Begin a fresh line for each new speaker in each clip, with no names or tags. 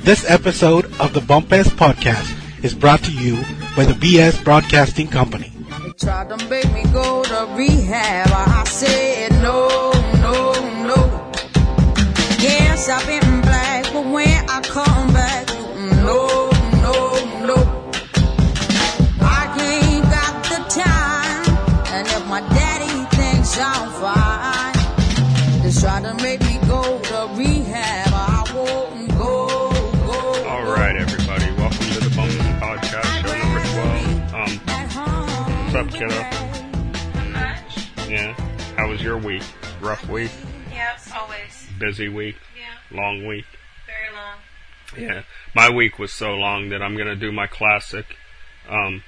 This episode of the Bump Ass Podcast is brought to you by the BS Broadcasting Company.
They tried to make me go to rehab. I said no, no, no. Yes, I've been black, but when I come back, no, no, no. I ain't got the time, and if my daddy thinks I'm fine, they tried to make me go to rehab. I won't go, go.
All right, everybody, welcome to the Bone Podcast, show number twelve. Um,
At home.
what's up, kiddo?
much.
Um, Yeah, how was your week? Rough week,
Yeah, always.
busy week,
Yeah,
long week.
very long.
Yeah, my week was so long that I'm gonna do my classic. Um,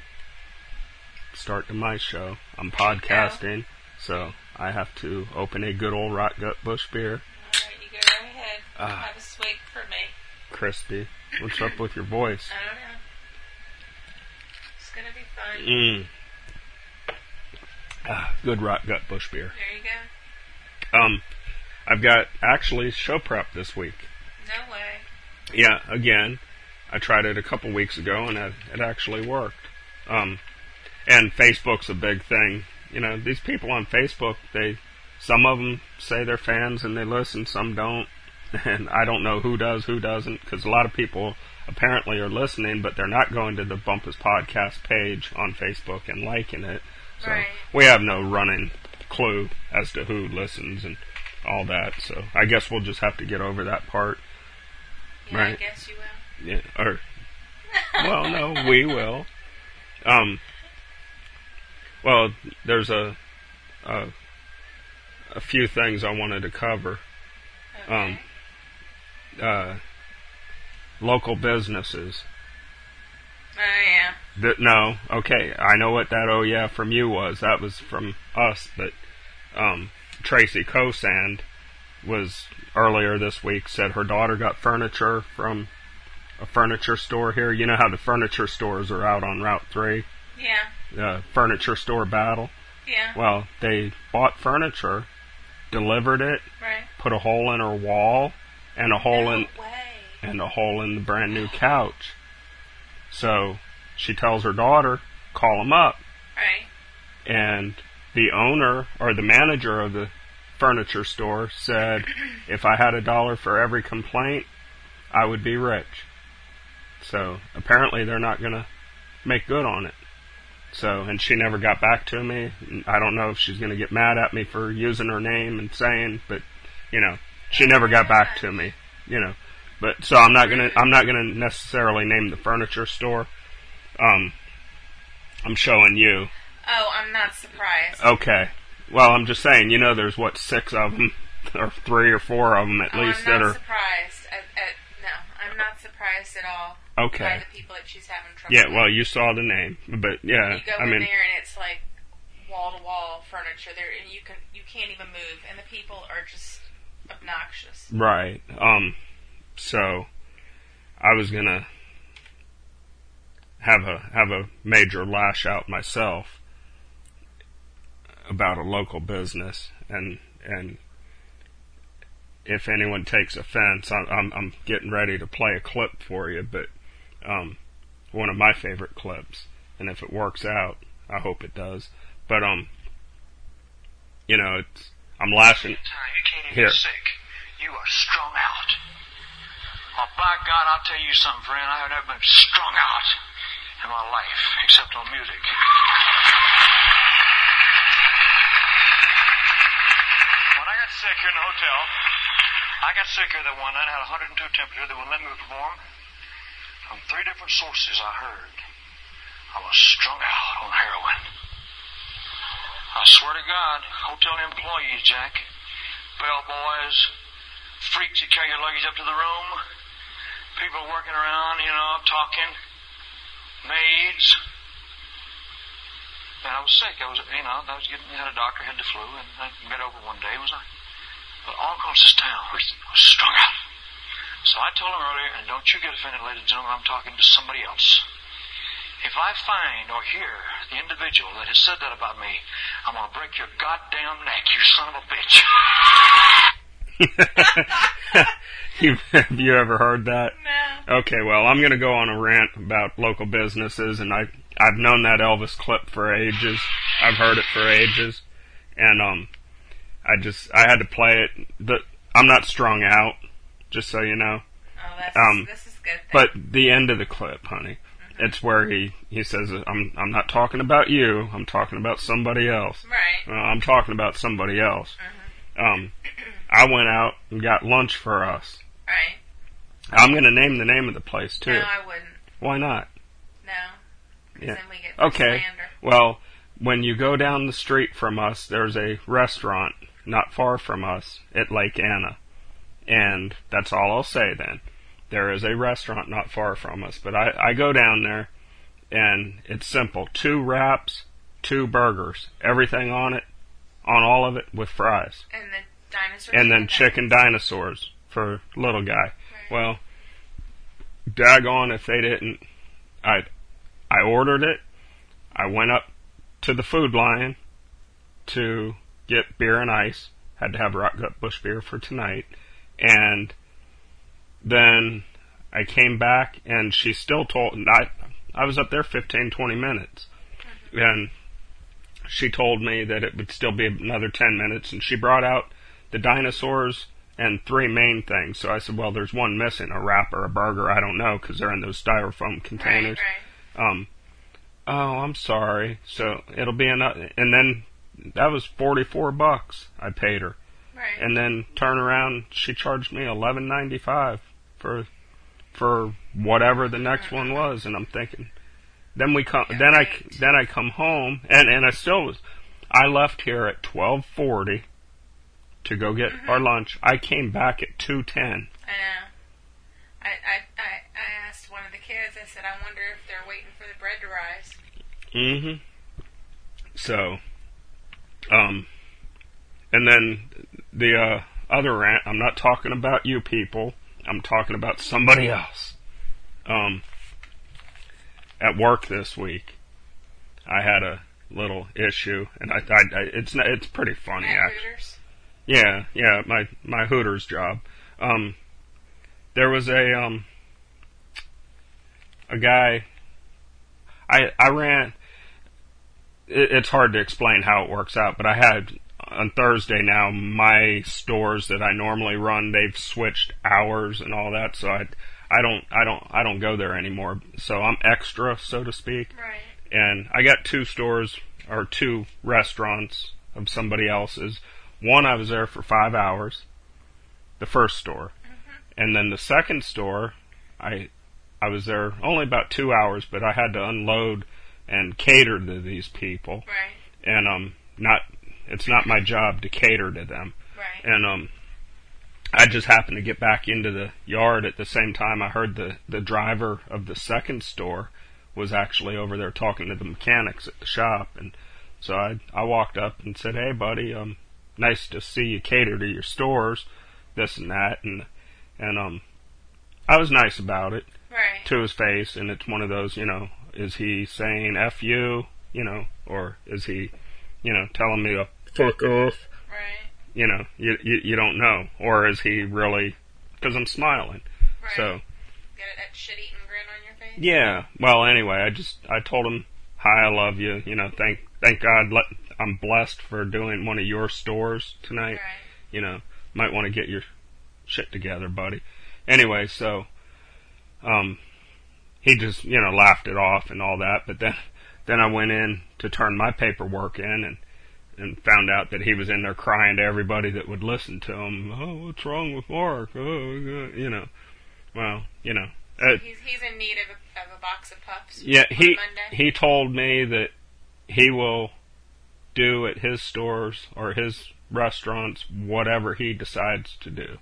start to my show. I'm podcasting, so I have to open a good old rot gut bush beer.
All right, you go right ahead.
Ah.
Have a swig for me.
Crispy, what's up with your voice?
I don't know. It's gonna be
Mmm.
fun.
Ah, good rot gut bush beer.
There you go.
Um, I've got actually show prep this week.
No way.
Yeah, again, I tried it a couple weeks ago and it, it actually worked. Um, and Facebook's a big thing. You know, these people on Facebook, they some of them say they're fans and they listen, some don't. And I don't know who does, who doesn't, because a lot of people apparently are listening, but they're not going to the Bumpus Podcast page on Facebook and liking it. So
Right.
we have no running clue as to who listens and all that. So I guess we'll just have to get over that part.
Yeah, I
Right.
guess you will.
Yeah, or well, no, we will. Um, well, there's a, a a few things I wanted to cover.
Okay.
Um, Uh, local businesses.
oh yeah.
Th- no, okay, I know what that oh yeah from you was. That was from us, but um, Tracy Cosand was earlier this week said her daughter got furniture from a furniture store here. You know how the furniture stores are out on Route Three.
Yeah.
uh, furniture store battle.
Yeah.
Well, they bought furniture, delivered it,
right.
put a hole in her wall, and a hole
no
in
way.
and a hole in the brand new couch. So she tells her daughter, call him up,
Right.
and the owner or the manager of the furniture store said, if I had a dollar for every complaint, I would be rich. So apparently they're not going to make good on it. So, and she never got back to me. I don't know if she's going to get mad at me for using her name and saying, but you know, she never got back to me, you know. But so I'm not going to I'm not going to necessarily name the furniture store. Um I'm showing you.
Oh, I'm not surprised.
Okay. Well, I'm just saying, you know, there's what six of them, or three or four of them at
oh,
least
I'm
that
not
are
surprised. At, at, no, I'm not surprised at all by
okay.
the people that she's having trouble.
Yeah.
with.
Well, you saw the name, but yeah,
You go
Uh, I
in
mean,
there and it's like wall to wall furniture there, and you can you can't even move, and the people are just obnoxious.
right. Um, so I was gonna have a have a major lash out myself about a local business, and and if anyone takes offense, I'm I'm, I'm getting ready to play a clip for you, but um, one of my favorite clips, and if it works out, I hope it does. But um, you know, it's I'm lashing.
time you can't even
Here.
get sick. You are strung out. Well, by God, I'll tell you something, friend. I have never been strung out in my life, except on music. When I got sick here in the hotel, I got sick here that one night. I had 102 temperature. They wouldn't let me perform. From three different sources, I heard I was strung out on heroin. I swear to God, hotel employees, Jack, bellboys, freaks that carry your luggage up to the room, people working around, you know, talking, maids. And I was sick. I was, you know, I was getting, had a doctor, had the flu, and I got over one day. It was I, but all across this town, I was strung out. So I told him earlier, and don't you get offended, ladies and gentlemen, I'm talking to somebody else. If I find or hear the individual that has said that about me, I'm going to break your goddamn neck, you son of a bitch.
You- have you ever heard that?
No.
Okay, well, I'm going to go on a rant about local businesses, and I I've known that Elvis clip for ages. I've heard it for ages, and um, I just I had to play it. The, I'm not strung out, just so you know.
Oh, that's,
Um,
this is good. Then.
But the end of the clip, honey, it's where he he says, "I'm I'm not talking about you. I'm talking about somebody else."
right.
Uh, I'm talking about somebody else. Um, I went out and got lunch for us.
Right.
I'm going to name the name of the place too.
No, I wouldn't.
Why not?
No. 'Cause
Yeah.
Then we get
Okay.
slander.
Well, when you go down the street from us, there's a restaurant not far from us at Lake Anna. And that's all I'll say then. There is a restaurant not far from us, but I, I go down there and it's simple. Two wraps, two burgers, everything on it, on all of it with fries.
And the dinosaurs.
And then
did that.
chicken dinosaurs for little guy. Well, daggone if they didn't. I I ordered it. I went up to the food line to get beer and ice. Had to have rock gut bush beer for tonight. And then I came back and she still told and I I was up there 15 20 minutes. And she told me that it would still be another 10 minutes and she brought out the dinosaurs and three main things. So I said, well, there's one missing, a wrap or a burger. I don't know because they're in those styrofoam
Right,
containers
right.
um, oh, I'm sorry. So it'll be another, and then that was 44 bucks I paid her.
Right.
And then turn around, she charged me 11.95 for, for whatever the next one was. And I'm thinking, then we come, then I, then I come home and, and I still was, I left here at 1240 to go get our lunch. I came back at 210.
I know. I, I, I, I asked one of the kids, I said, I wonder if they're waiting for the bread to rise.
hmm So, um, and then the uh, other rant. I'm not talking about you people. I'm talking about somebody else. Um, at work this week, I had a little issue, and I, I, I it's not, it's pretty funny
At
actually.
Hooters.
Yeah, yeah, my my Hooters job. Um, there was a um a guy. I I ran. It, it's hard to explain how it works out, but I had on Thursday now my stores that I normally run they've switched hours and all that, so I I don't I don't I don't go there anymore. So I'm extra, so to speak
Right.
and I got two stores or two restaurants of somebody else's. One I was there for five hours, the first store, and then the second store, I I was there only about two hours, but I had to unload and cater to these people,
Right.
and um not it's not my job to cater to them,
Right.
and um. I just happened to get back into the yard at the same time I heard the, the driver of the second store was actually over there talking to the mechanics at the shop and so I I walked up and said, "Hey buddy, um nice to see you cater to your stores, this and that." And and um I was nice about it
right.
to his face and it's one of those, you know, is he saying F you, you know, or is he, you know, telling me to fuck off?
right.
you know, you, you, you don't know. Or is he really, because I'm smiling.
Right.
So,
Get it, that shit eating grin on your face?
yeah. Well, anyway, I just, I told him, hi, I love you. You know, thank, thank God let, I'm blessed for doing one of your stores tonight.
Right.
You know, might want to get your shit together, buddy. Anyway, so, um, he just, you know, laughed it off and all that. But then, then I went in to turn my paperwork in and and found out that he was in there crying to everybody that would listen to him. Oh, what's wrong with Mark? Oh, uh," you know. Well, you know. Uh,
He's, he's in need of a, of a box of puffs.
yeah, he
On Monday.
he told me that he will do at his stores or his restaurants whatever he decides to do.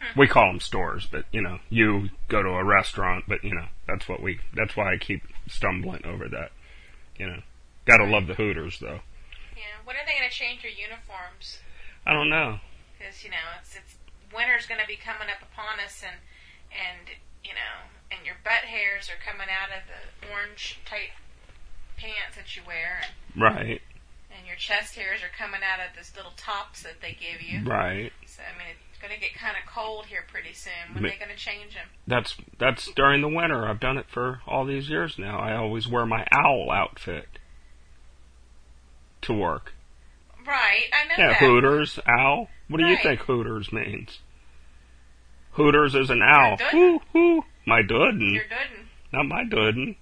Hmm.
We call them stores, but you know, you go to a restaurant, but you know, that's what we that's why I keep stumbling over that. You know. Got to love the Hooters though.
Yeah. When are they going to change your uniforms?
I don't know.
Because, you know, it's, it's winter's going to be coming up upon us and, and, you know, and your butt hairs are coming out of the orange tight pants that you wear.
Right.
and your chest hairs are coming out of those little tops that they give you.
Right.
So I mean, it's going to get kind of cold here pretty soon.
Ma-
When are they going to change them?
That's that's during the winter. I've done it for all these years now. I always wear my owl outfit to work.
Right. I know
Yeah,
that.
Hooters, owl. What do you
Right.
think Hooters means? Hooters is an owl.
Your
Hoo
Duden.
hoo. My Duden.
You're Gooden.
Not my Duden.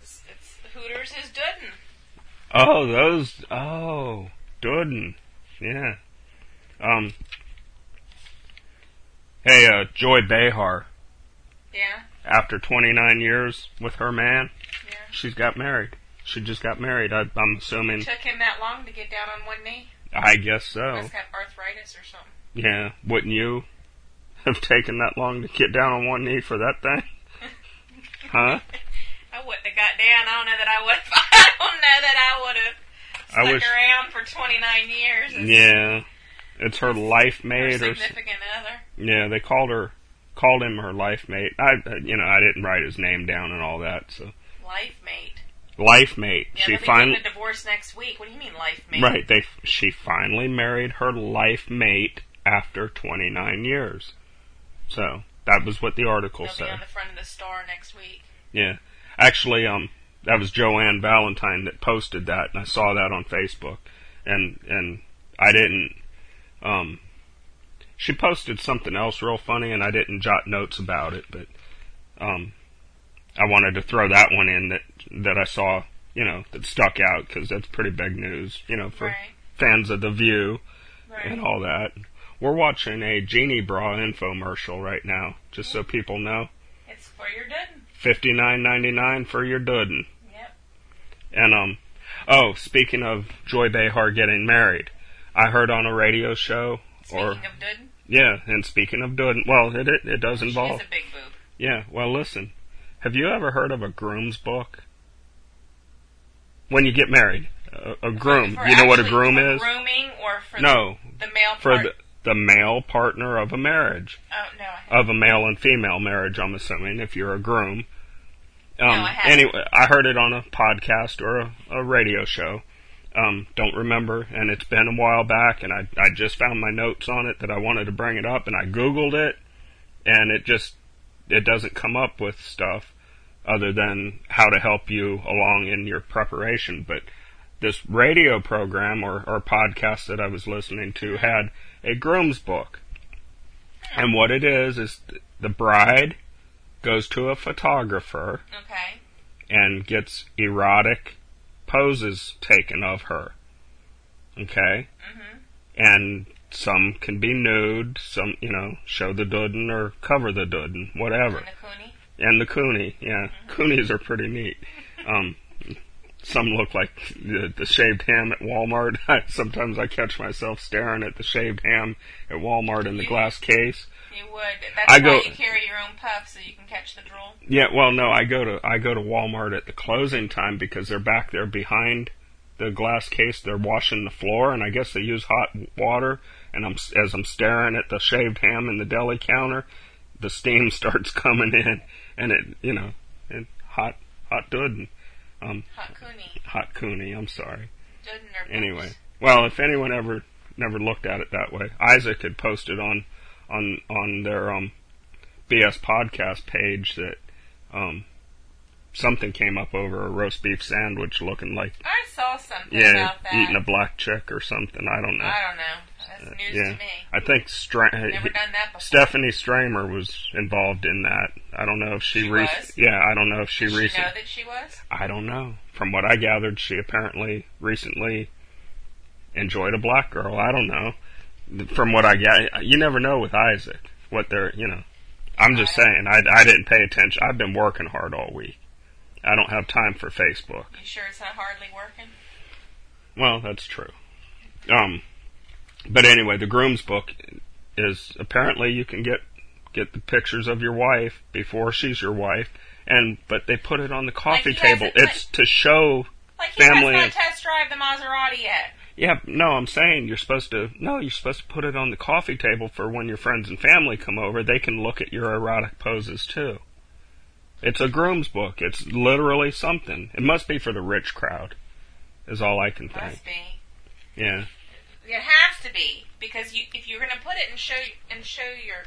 It's, it's Hooters is Gooden.
Oh, those. Oh, Duden. Yeah. Um. Hey, uh, Joy Behar.
Yeah.
After 29 years with her man,
Yeah.
she's got married. She just got married. I, I'm assuming.
Took him that long to get down on one knee.
I guess so.
Must have arthritis or something.
Yeah. Wouldn't you have taken that long to get down on one knee for that thing? Huh?
I wouldn't have got down. I don't know that I would have. I don't know that I would have
I
stuck
wish-
around for 29 years. as
Yeah. It's her life
Her
mate or s-
significant other.
Yeah, they called her, called him her life mate. I, you know, I didn't write his name down and all that. So
Life mate.
life mate.
Yeah,
she
they'll be
finally,
getting a divorce next week. What do you mean life mate?
right? They, she finally married her life mate after 29 years. So that was what the article
They'll be
said.
on the front of the star next week.
Yeah, actually, um, that was Joanne Valentine that posted that, and I saw that on Facebook, and and I didn't, um, she posted something else real funny, and I didn't jot notes about it, but um, I wanted to throw that one in that that I saw, you know, that stuck out because that's pretty big news, you know, for
Right.
fans of The View
Right.
and all that. We're watching a Genie Bra infomercial right now, just so people know.
It's for your done.
Fifty nine ninety nine for your Dudden.
Yep.
And um, oh, speaking of Joy Behar getting married, I heard on a radio show,
Speaking
or
of Duden,
yeah, and speaking of doing, well, it it, it does
she is
involve,
a big boob.
yeah. Well, listen, have you ever heard of a groom's book? When you get married, a, a groom,
For
you know what a
actually
groom
for
is?
Grooming or for
No,
the, the male
for
part?
the the male partner of a marriage,
oh no, I haven't.
of a male and female marriage. I'm assuming if you're a groom. Um,
I haven't.
anyway, I heard it on a podcast or a, a radio show. Um, don't remember, and it's been a while back, and I I just found my notes on it that I wanted to bring it up, and I googled it, and it just it doesn't come up with stuff other than how to help you along in your preparation. But this radio program or, or podcast that I was listening to had a groom's book. And what it is, is th- the bride goes to a photographer
okay.
and gets erotic poses taken of her. Okay?
Mhm.
And some can be nude, some, you know, show the dudden or cover the dudden, whatever
And the Cooney.
and the Cooney. Yeah, Coonies are pretty neat. Um, some look like the, the shaved ham at Walmart. I, sometimes I catch myself staring at the shaved ham at Walmart in the glass case.
You would. That's
I
why
go-
you carry your own puff so you can catch the drool.
Yeah, well, no, I go to I go to Walmart at the closing time because they're back there behind the glass case. They're washing the floor, and I guess they use hot water. And I'm s- as I'm staring at the shaved ham in the deli counter, the steam starts coming in, and it you know, it hot hot dud. Um,
Hot Cooney.
hot cooney. I'm sorry.
Duden or
Anyway, well, if anyone ever never looked at it that way, Isaac had posted on on on their um BS podcast page that um something came up over a roast beef sandwich looking like
I saw something
yeah
about that.
eating a black chick or something. I don't know.
I don't know. That's news
yeah,
to me.
I think Stra-
Never done that before.
Stephanie Stramer was involved in that. I don't know if she,
She
rec-
was?
yeah, I don't know if she
Did she
recently
know that she was?
I don't know. From what I gathered, she apparently recently enjoyed a black girl. I don't know. From what I got, you never know with Isaac what they're, you know. I'm just
Right.
saying, I, I didn't pay attention. I've been working hard all week. I don't have time for Facebook.
You sure it's not hardly working?
Well, that's true. Um, but anyway, the groom's book is apparently you can get get the pictures of your wife before she's your wife, and but they put it on the coffee
he has
table.
it, like-
It's to show
Like he
Family
has
and-
not test drive the Maserati yet.
Yeah, no, I'm saying you're supposed to. No, you're supposed to put it on the coffee table for when your friends and family come over. They can look at your erotic poses too. It's a groom's book. It's literally something. It must be for the rich crowd. is all I can think.
Must be.
Yeah.
It has to be because you, if you're going to put it and show and show your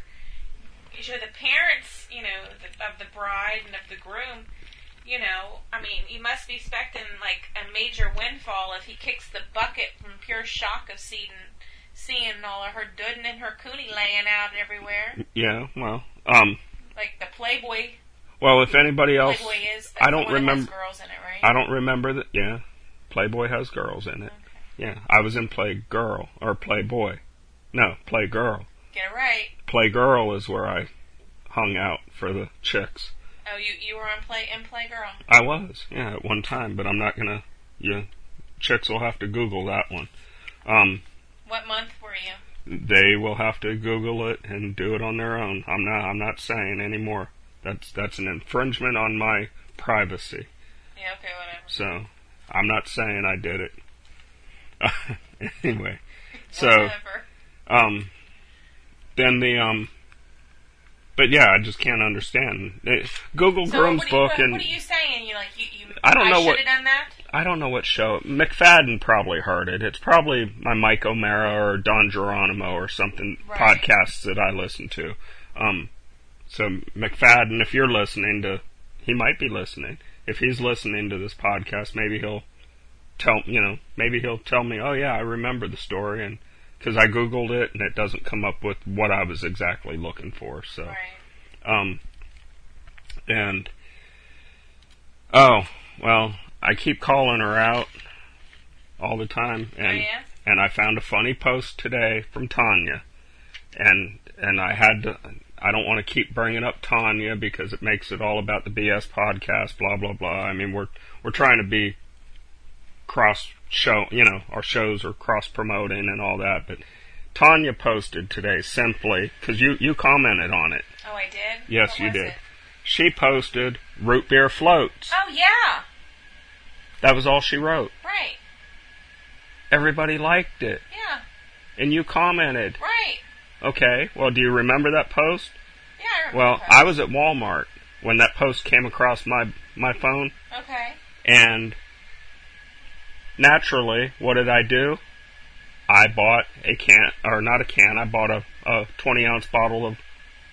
you show the parents, you know, the, of the bride and of the groom, you know, I mean, you must be expecting like a major windfall if he kicks the bucket from pure shock of seeing seeing all of her duddin and her coonie laying out everywhere,
Yeah. Well. Um.
like the Playboy.
Well, if anybody else,
Playboy is.
I don't
one of those
remember.
Girls in it, right?
I don't remember that. Yeah. Playboy has girls in it.
Okay.
Yeah. I was in Playgirl or Playboy. No, Playgirl.
Get it right.
Playgirl is where I hung out for the chicks.
Oh, you you were on play in Playgirl.
I was, yeah, at one time, but I'm not gonna. You chicks will have to Google that one. Um,
What month were you?
they will have to Google it and do it on their own. I'm not. I'm not saying anymore. That's that's an infringement on my privacy.
Yeah. Okay. Whatever.
So I'm not saying I did it. anyway, so
Whatever.
um, then the um, but yeah, I just can't understand. It, Google
So
Groom's
what,
book
are you, what,
and
what are you saying? You like you, you
I don't know what-
should have done that.
I don't know what show. McFadden probably heard it. It's probably my Mike O'Mara or Don Geronimo or something
Right.
podcasts that I listen to. Um, so McFadden, if you're listening to, he might be listening. If he's listening to this podcast, maybe he'll tell you know maybe he'll tell me, oh yeah, I remember the story, and because I googled it and it doesn't come up with what I was exactly looking for. So
Right.
um, and oh well, I keep calling her out all the time, and
Oh, yeah?
and I found a funny post today from Tanya, and and I had to. I don't want to keep bringing up Tanya because it makes it all about the BS podcast, blah blah blah. I mean, we're we're trying to be cross show, you know, our shows are cross promoting and all that. But Tanya posted today simply because you you commented on it.
Oh, I did.
Yes,
What
you
was
did.
it?
She posted root beer floats.
Oh yeah.
That was all she wrote.
Right.
Everybody liked it,
Yeah.
and you commented.
Right.
Okay, well, do you remember that post?
Yeah. I remember
Well,
that.
I was at Walmart when that post came across my my phone,
Okay.
and naturally, what did I do? I bought a can, or not a can. I bought a, a 20 ounce bottle of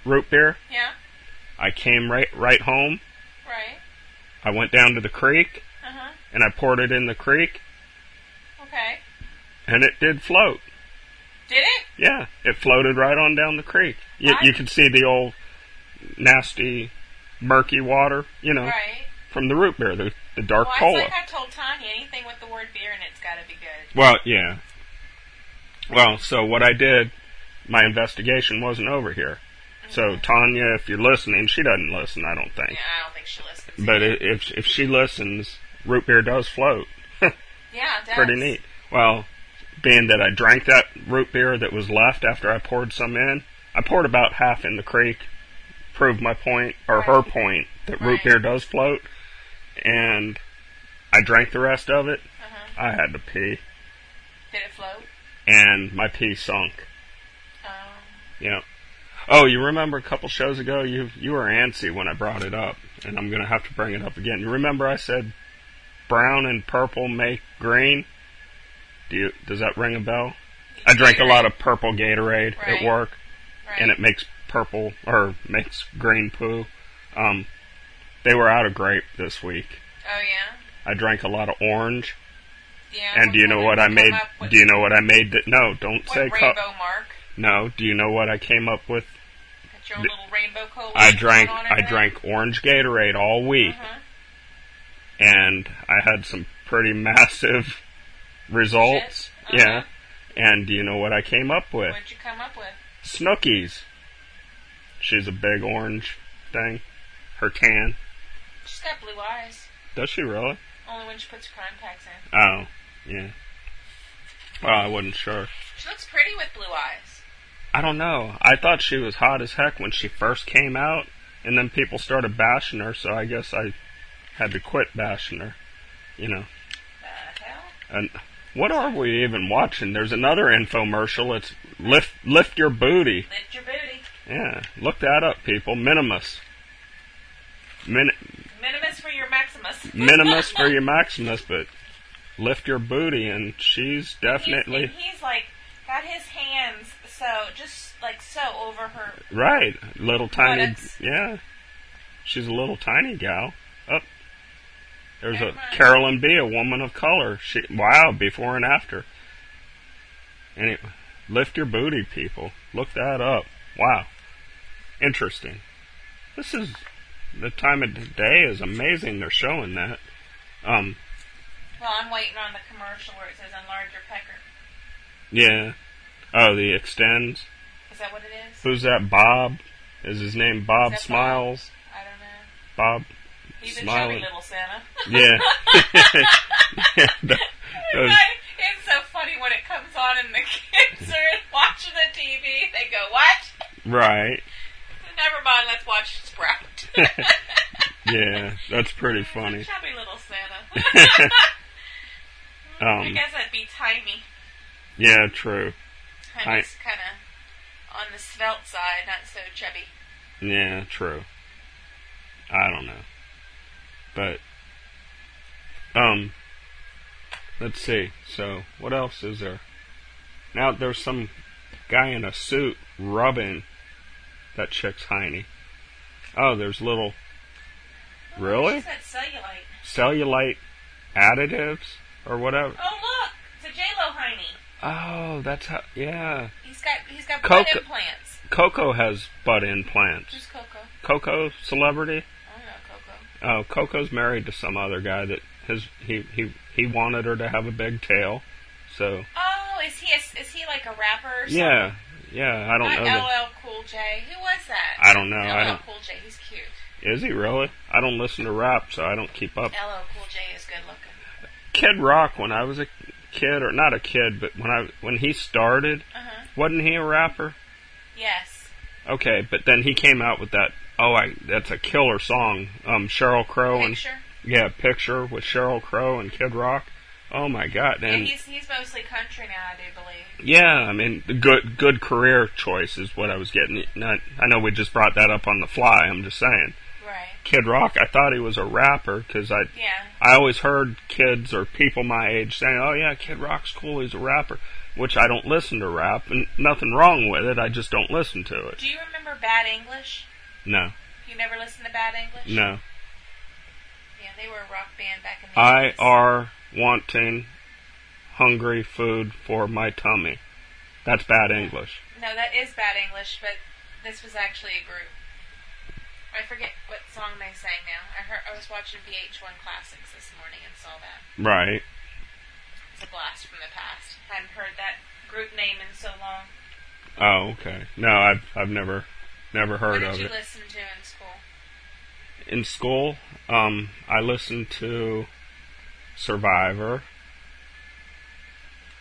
root beer.
Yeah.
I came right right home.
Right.
I went down to the creek
Uh huh.
and I poured it in the creek,
Okay.
and it did float.
Did it?
Yeah, it floated right on down the creek. You,
Right.
you could see the old nasty, murky water, you know,
Right.
from the root beer, the, the dark
Well,
Uh, cola.
it's like I told Tanya anything with the word beer in it's got to be good.
well, yeah. Well, so what I did, my investigation wasn't over here. So Tanya, if you're listening, she doesn't listen, I don't think.
Yeah, I don't think she listens.
But i- if if she listens, root beer does float.
yeah, it does.
Pretty neat. Well, being that I drank that root beer that was left after I poured some in, I poured about half in the creek, proved my point, or her point, that root
Right.
beer does float, and I drank the rest of it. I had to pee,
Did it float?
and my pee sunk.
Um,
Yeah. Oh, you remember a couple shows ago you you were antsy when I brought it up, and I'm gonna have to bring it up again. You remember I said brown and purple make green? Do you does that ring a bell? I drank a lot of purple Gatorade
Right.
at work,
right.
and it makes purple or makes green poo. Um, they were out of grape this week.
oh yeah.
I drank a lot of orange,
Yeah.
and do you know what I made? Do you know what I made? That no, don't
what
say co-
rainbow mark?
no. Do you know what I came up with
Got your own little rainbow cola.
I drank
going on
I
in there?
drank orange Gatorade all week,
Uh-huh.
and I had some pretty massive results.
Shit.
Yeah,
Uh-huh.
and do you know what I came up with?
What'd you come up with?
Snookies. She's a big orange thing. Her tan.
She's got blue eyes.
Does she really?
Only when she puts her contacts in.
Oh, yeah. Well, I wasn't sure.
She looks pretty with blue eyes.
I don't know. I thought she was hot as heck when she first came out, and then people started bashing her, so I guess I had to quit bashing her. You know.
The hell?
And what are we even watching? There's another infomercial. It's lift lift your booty.
Lift your booty.
Yeah, look that up, people. Minimus. Min-
Minimus for your maximus.
minimus for your maximus, but lift your booty, and she's
He's-
definitely
and he's like got his hands so just like so over her.
right. Little tiny,
Products.
yeah. She's a little tiny gal. Up there's
Never
a
mind.
Carolyn B, a woman of color. She wow, before and after. Anyway, lift your booty, people. Look that up. Wow, interesting. This is the time of the day is amazing. They're showing that. Um,
Well, I'm waiting on the commercial where it says enlarge your pecker.
yeah. Oh, the extends.
Is that what it is?
Who's that? Bob? Is his name Bob
Is that Bob?
Smiles?
I don't know.
Bob.
He's a
Smiling.
chubby little Santa.
Yeah. Yeah, th- those-
Right? It's so funny when it comes on and the kids are watching the TV. They go, "What?
right.
Never mind. Let's watch Sprout."
Yeah, that's pretty funny.
Chubby little Santa. I
Um,
guess that'd be tiny.
yeah, true. I-
Tiny's kind of on the svelte side, not so chubby.
Yeah, true. I don't know. But um let's see. So, what else is there? Now there's some guy in a suit rubbing that chick's hiney. Oh, there's little Really?
She said cellulite.
cellulite additives or whatever.
Oh look, it's a J Lo hiney.
Oh, that's how yeah.
He's got he's got
Coco-
butt implants.
Coco has butt implants.
Who's Coco?
Coco celebrity?
I don't know Coco.
Oh, Coco's married to some other guy that his he he he wanted her to have a big tail. So
Oh, is he a, is he like a rapper? Or something?
yeah, yeah. I don't know.
Not
that-
LL Cool J. Who was that?
I don't know.
LL
I don't.
Cool J. He's cute.
Is he really? I don't listen to rap, so I don't keep up.
LL Cool J is good looking.
Kid Rock, when I was a kid, or not a kid, but when I when he started,
Uh huh.
wasn't he a rapper?
Yes.
Okay, but then he came out with that. Oh, I that's a killer song. Um, Cheryl Crow and
Picture.
yeah, picture with Cheryl Crow and Kid Rock. Oh my God!
And
And
he's he's mostly country now, I do believe.
Yeah, I mean, the good good career choice is what I was getting. Now, I know we just brought that up on the fly. I'm just saying,
Right.
Kid Rock. I thought he was a rapper because I
Yeah.
I always heard kids or people my age saying, "Oh yeah, Kid Rock's cool. He's a rapper," which I don't listen to rap, and nothing wrong with it. I just don't listen to it.
Do you remember Bad English?
No,
You never listened to Bad English?
no.
Yeah, they were a rock band back in the
I
80s.
are wanting hungry food for my tummy. That's bad English.
No, that is Bad English, but this was actually a group. I forget what song they sang now. I heard I was watching VH1 Classics this morning and saw that.
Right.
It's a blast from the past. I hadn't heard that group name in so long.
Oh, okay. No, I've I've never never
What
heard
did
of
you
it.
listen to in school?
in school, um, I listened to Survivor.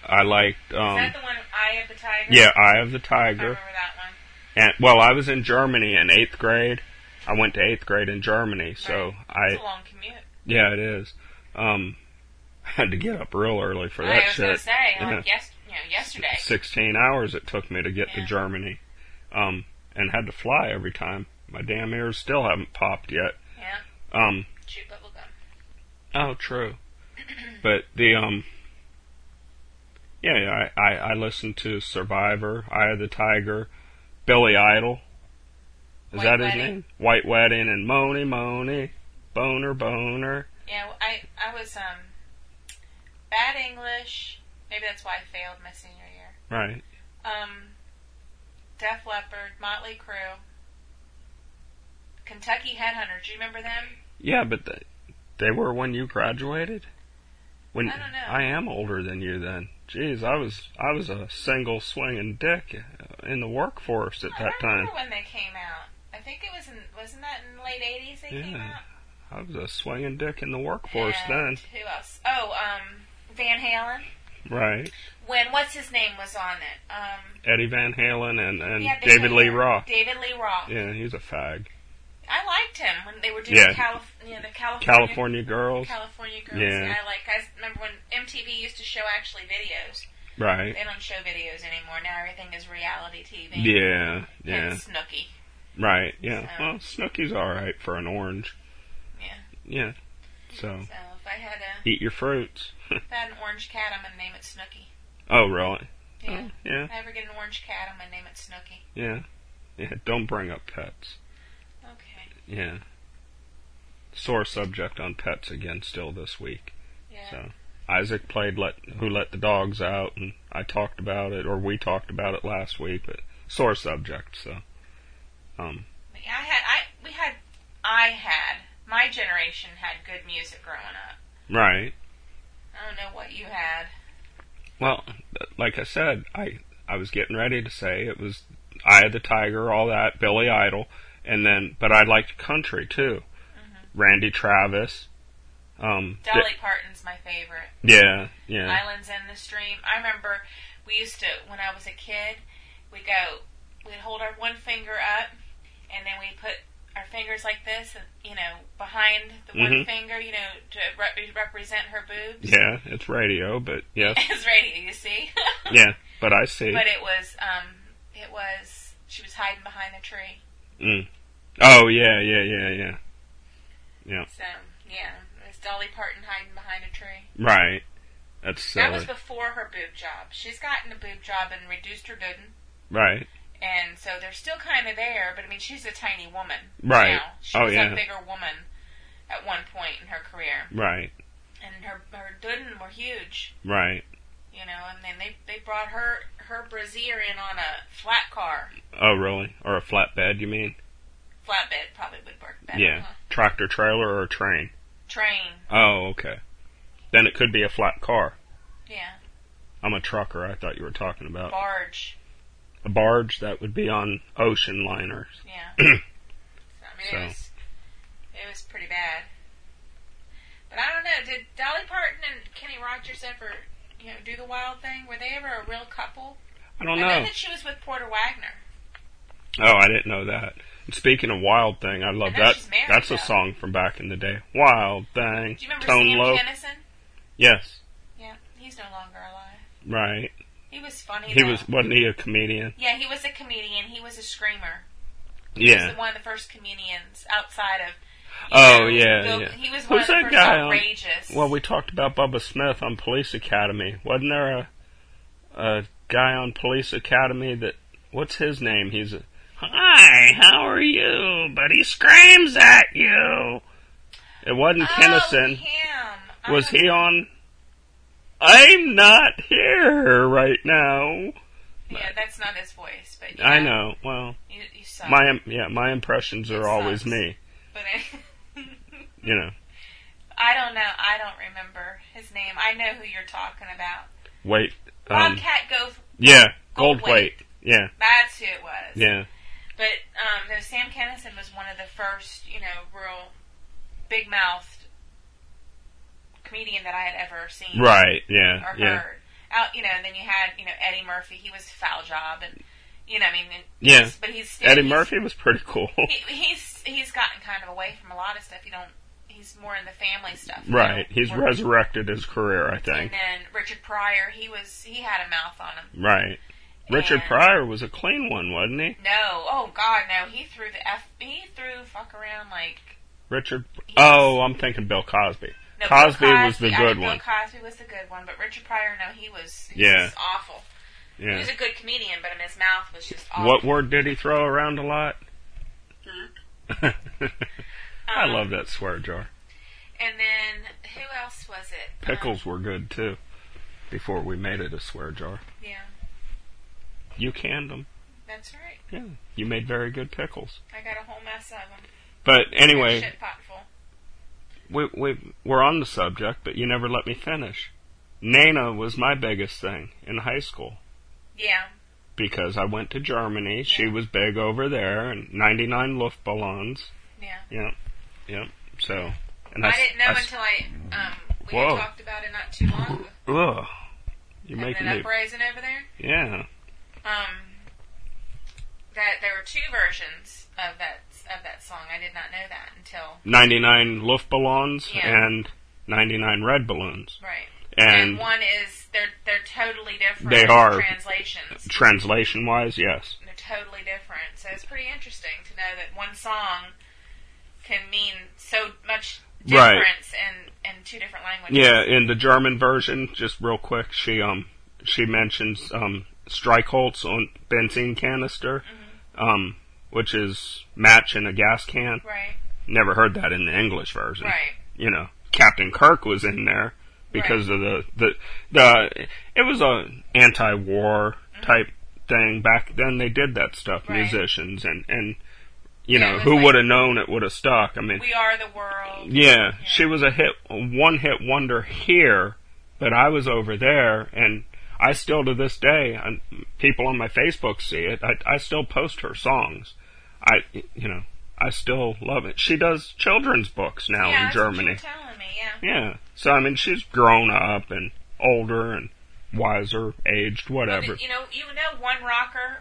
I liked,
Is
um,
that the one Uh-huh. Eye of the Tiger?
yeah, Eye of the
I
Tiger.
remember that one.
And well, I was in Germany in eighth grade. I went to eighth grade in Germany, so I
It's a long commute.
yeah, it is. Um, I had to get up real early for that
I was
shit.
gonna say,
Yeah.
like yes, you know, yesterday.
16 hours it took me to get to
Yeah.
Germany, um, and had to fly every time. My damn ears still haven't popped yet.
Yeah,
Um,
chew bubble gum.
Oh, true. but the um, yeah, yeah I, I I listened to Survivor, Eye of the Tiger, Billy Idol. Is
White
that his
Wedding?
name? White Wedding and Money Money, Boner Boner.
Yeah, well, I I was um bad English. Maybe that's why I failed my senior year.
Right.
Um, Def Leppard, Motley Crue, Kentucky Headhunter. Do you remember them?
Yeah, but th they were when you graduated. When
I don't know.
I am older than you, then. Jeez, I was I was a single swinging dick uh, in the workforce at
I
that
don't
time.
remember when they came out. I think it was in wasn't that in the late '80s they came
Yeah.
out.
I was a swinging dick in the workforce
And Who else? Oh, um, Van Halen.
then. Right.
When what's his name was on it? Um,
Eddie Van Halen and, and
yeah, Van
David Lee
Halen.
Roth.
David Lee Roth.
Yeah, he's a fag.
I liked him when they were doing
Yeah.
Calif- you know, the California
California Girls.
California Girls.
Yeah.
I like. I remember when MTV used to show actually videos.
right.
They don't show videos anymore. Now everything is reality TV.
Yeah, yeah.
And Snooki.
Right, yeah.
So-
Well, Snooki's alright for an orange.
Yeah.
Yeah. So,
So, I had a
Eat your fruits.
if I had an orange cat, I'm gonna name it Snooky.
oh, really? Oh,
Yeah.
Yeah,
If I ever get an orange cat, I'm gonna name it Snooky.
yeah. Yeah, don't bring up pets.
Okay.
Yeah. Sore subject on pets again still this week.
Yeah.
So Isaac played let who let the dogs out and I talked about it or we talked about it last week, but sore subject, so um
Like, I had I we had I had my generation had good music growing up.
right.
I don't know what you had.
Well, like I said, I I was getting ready to say it was Eye of the Tiger, all that, Billy Idol, and then but I liked country too. Randy Travis. Um
Mm-hmm. Dolly Parton's my favorite.
th- yeah, yeah.
Islands in the Stream. I remember we used to when I was a kid, we go we'd hold our one finger up and then we put our fingers like this, and, you know, behind the one
Mhm.
finger, you know, to re- represent her boobs.
yeah, it's radio, but yes.
it's radio, you see.
Yeah, but I see.
But it was um it was she was hiding behind the tree.
Mm. Oh yeah, yeah, yeah, yeah.
So yeah, it was Dolly Parton hiding behind a tree.
Right. That's
That was
silly.
before her boob job. She's gotten a boob job and reduced her didn't,
right.
and so they're still kind of there. But I mean, she's a tiny woman
Right.
now. She
Oh,
was
yeah.
a bigger woman at one point in her career,
Right.
and her her didn't were huge,
Right.
you know. And then they they brought her her brassiere in on a flat car,
Oh really? Or a flatbed? You mean?
flatbed uh-huh. probably would work better.
yeah.
huh?
Tractor trailer or a train?
Train,
Oh okay. Then it could be a flat car.
yeah,
I'm a trucker. I thought you were talking about
barge,
a barge that would be on ocean liners.
Yeah. so, I mean,
So.
it was it was pretty bad. But I don't know. Did Dolly Parton and Kenny Rogers ever, you know, do the wild thing? Were they ever a real couple?
I don't
I
know.
know that she was with Porter Wagner.
Oh, I didn't know that. And speaking of Wild Thing, I love
know
that.
she's married,
That's
though.
a song from back in the day. Wild Thing.
Do you remember
Tone
Sam
Loc.
Kennison?
Yes.
Yeah, he's no longer alive.
Right.
He was funny.
He
though.
was wasn't he a comedian?
Yeah, he was a comedian. He was a screamer. He
Yeah.
was one of the first comedians outside of. you
Oh
know,
yeah,
Bill-
yeah.
He was one
Who's
of the
that
first
guy on-
outrageous.
Well, we talked about Bubba Smith on Police Academy. Wasn't there a a guy on Police Academy that what's his name? He's a Hi, how are you? But he screams at you. It wasn't
Oh,
Kennison.
him. I
Was
don't-
he on? I'm not here right now.
Yeah, that's not his voice, but yeah,
I know. Well,
You, you suck.
my im- yeah, my impressions are
It
always
sucks.
me.
but I,
You know,
I don't know. I don't remember his name. I know who you're talking about.
wait. Um,
Bobcat Go.
yeah,
Goldthwait.
Goldweight. Yeah,
That's who it was.
yeah.
But um, no, Sam Kennison was one of the first, you know, real big mouthed comedian that I had ever seen
Right. Yeah.
or
yeah.
heard. Out, you know, and then you had, you know, Eddie Murphy. He was foul job, and you know, I mean, and-
Yeah.
but he's still,
Eddie
he's-
Murphy was pretty cool.
He, he's he's gotten kind of away from a lot of stuff. You don't. He's more in the family stuff. you
right.
know,
He's
where-
resurrected his career, I
And
think.
then Richard Pryor, he was he had a mouth on him.
Right. Richard
And-
Pryor was a clean one, wasn't he?
No, oh God, no. He threw the f. He threw fuck around like.
Richard.
Yes.
Oh, I'm thinking Bill Cosby.
No,
Cosby
Bill
was the
I
good
think
one.
Bill Cosby was the good one, but Richard Pryor, no, he was he
Yeah.
was awful. He
Yeah.
was a good comedian, but I mean, his mouth was just awful.
What word did he throw around a lot? I
Um,
love that swear jar.
And then who else was it?
Pickles were good too. Before we made it a swear jar,
Um, yeah,
you canned them.
that's right.
Yeah, you made very good pickles.
I got a whole mess of them.
But anyway,
shit pot full.
we, we we're on the subject, but you never let me finish. Nana was my biggest thing in high school
Yeah.
because I went to Germany. She was big over there, and 99 Luftballons.
Yeah.
Yep, yep. So, and
I
s-
didn't know
s-
until I um we
Whoa.
had talked about it not too long ago.
Ugh, you're
And
making
then
me.
uprising over there.
Yeah,
Um, that there were two versions of that of that song. I did not know that until
99 Luftballons
Yeah.
and 99 red balloons,
right.
and,
one is they're they're totally different.
They are.
translations.
translation wise, yes.
They're totally different. So it's pretty interesting to know that one song can mean so much
Right.
difference in, in two different languages.
Yeah, in the German version, just real quick, she um she mentions um Streichholz on benzene canister,
Mm-hmm.
um which is match in a gas can.
Right.
Never heard that in the English version.
Right.
You know, Captain Kirk was in there because of the the the it was a anti-war type thing back then. They did that stuff,
Mm-hmm. Right.
musicians and and you
Yeah, it
know
was
who
like-
would have known it would have stuck. I mean,
We are the world.
yeah, she was a hit, one hit wonder here, but I was over there, and I still to this day, i people on my Facebook see it. I, I still post her songs. I, you know, I still love it. She does children's books now
yeah,
in
that's what you were
Germany.
telling me, yeah.
Yeah, so I mean, she's grown up and older and wiser, aged,
But,
whatever.
you know, you know one rocker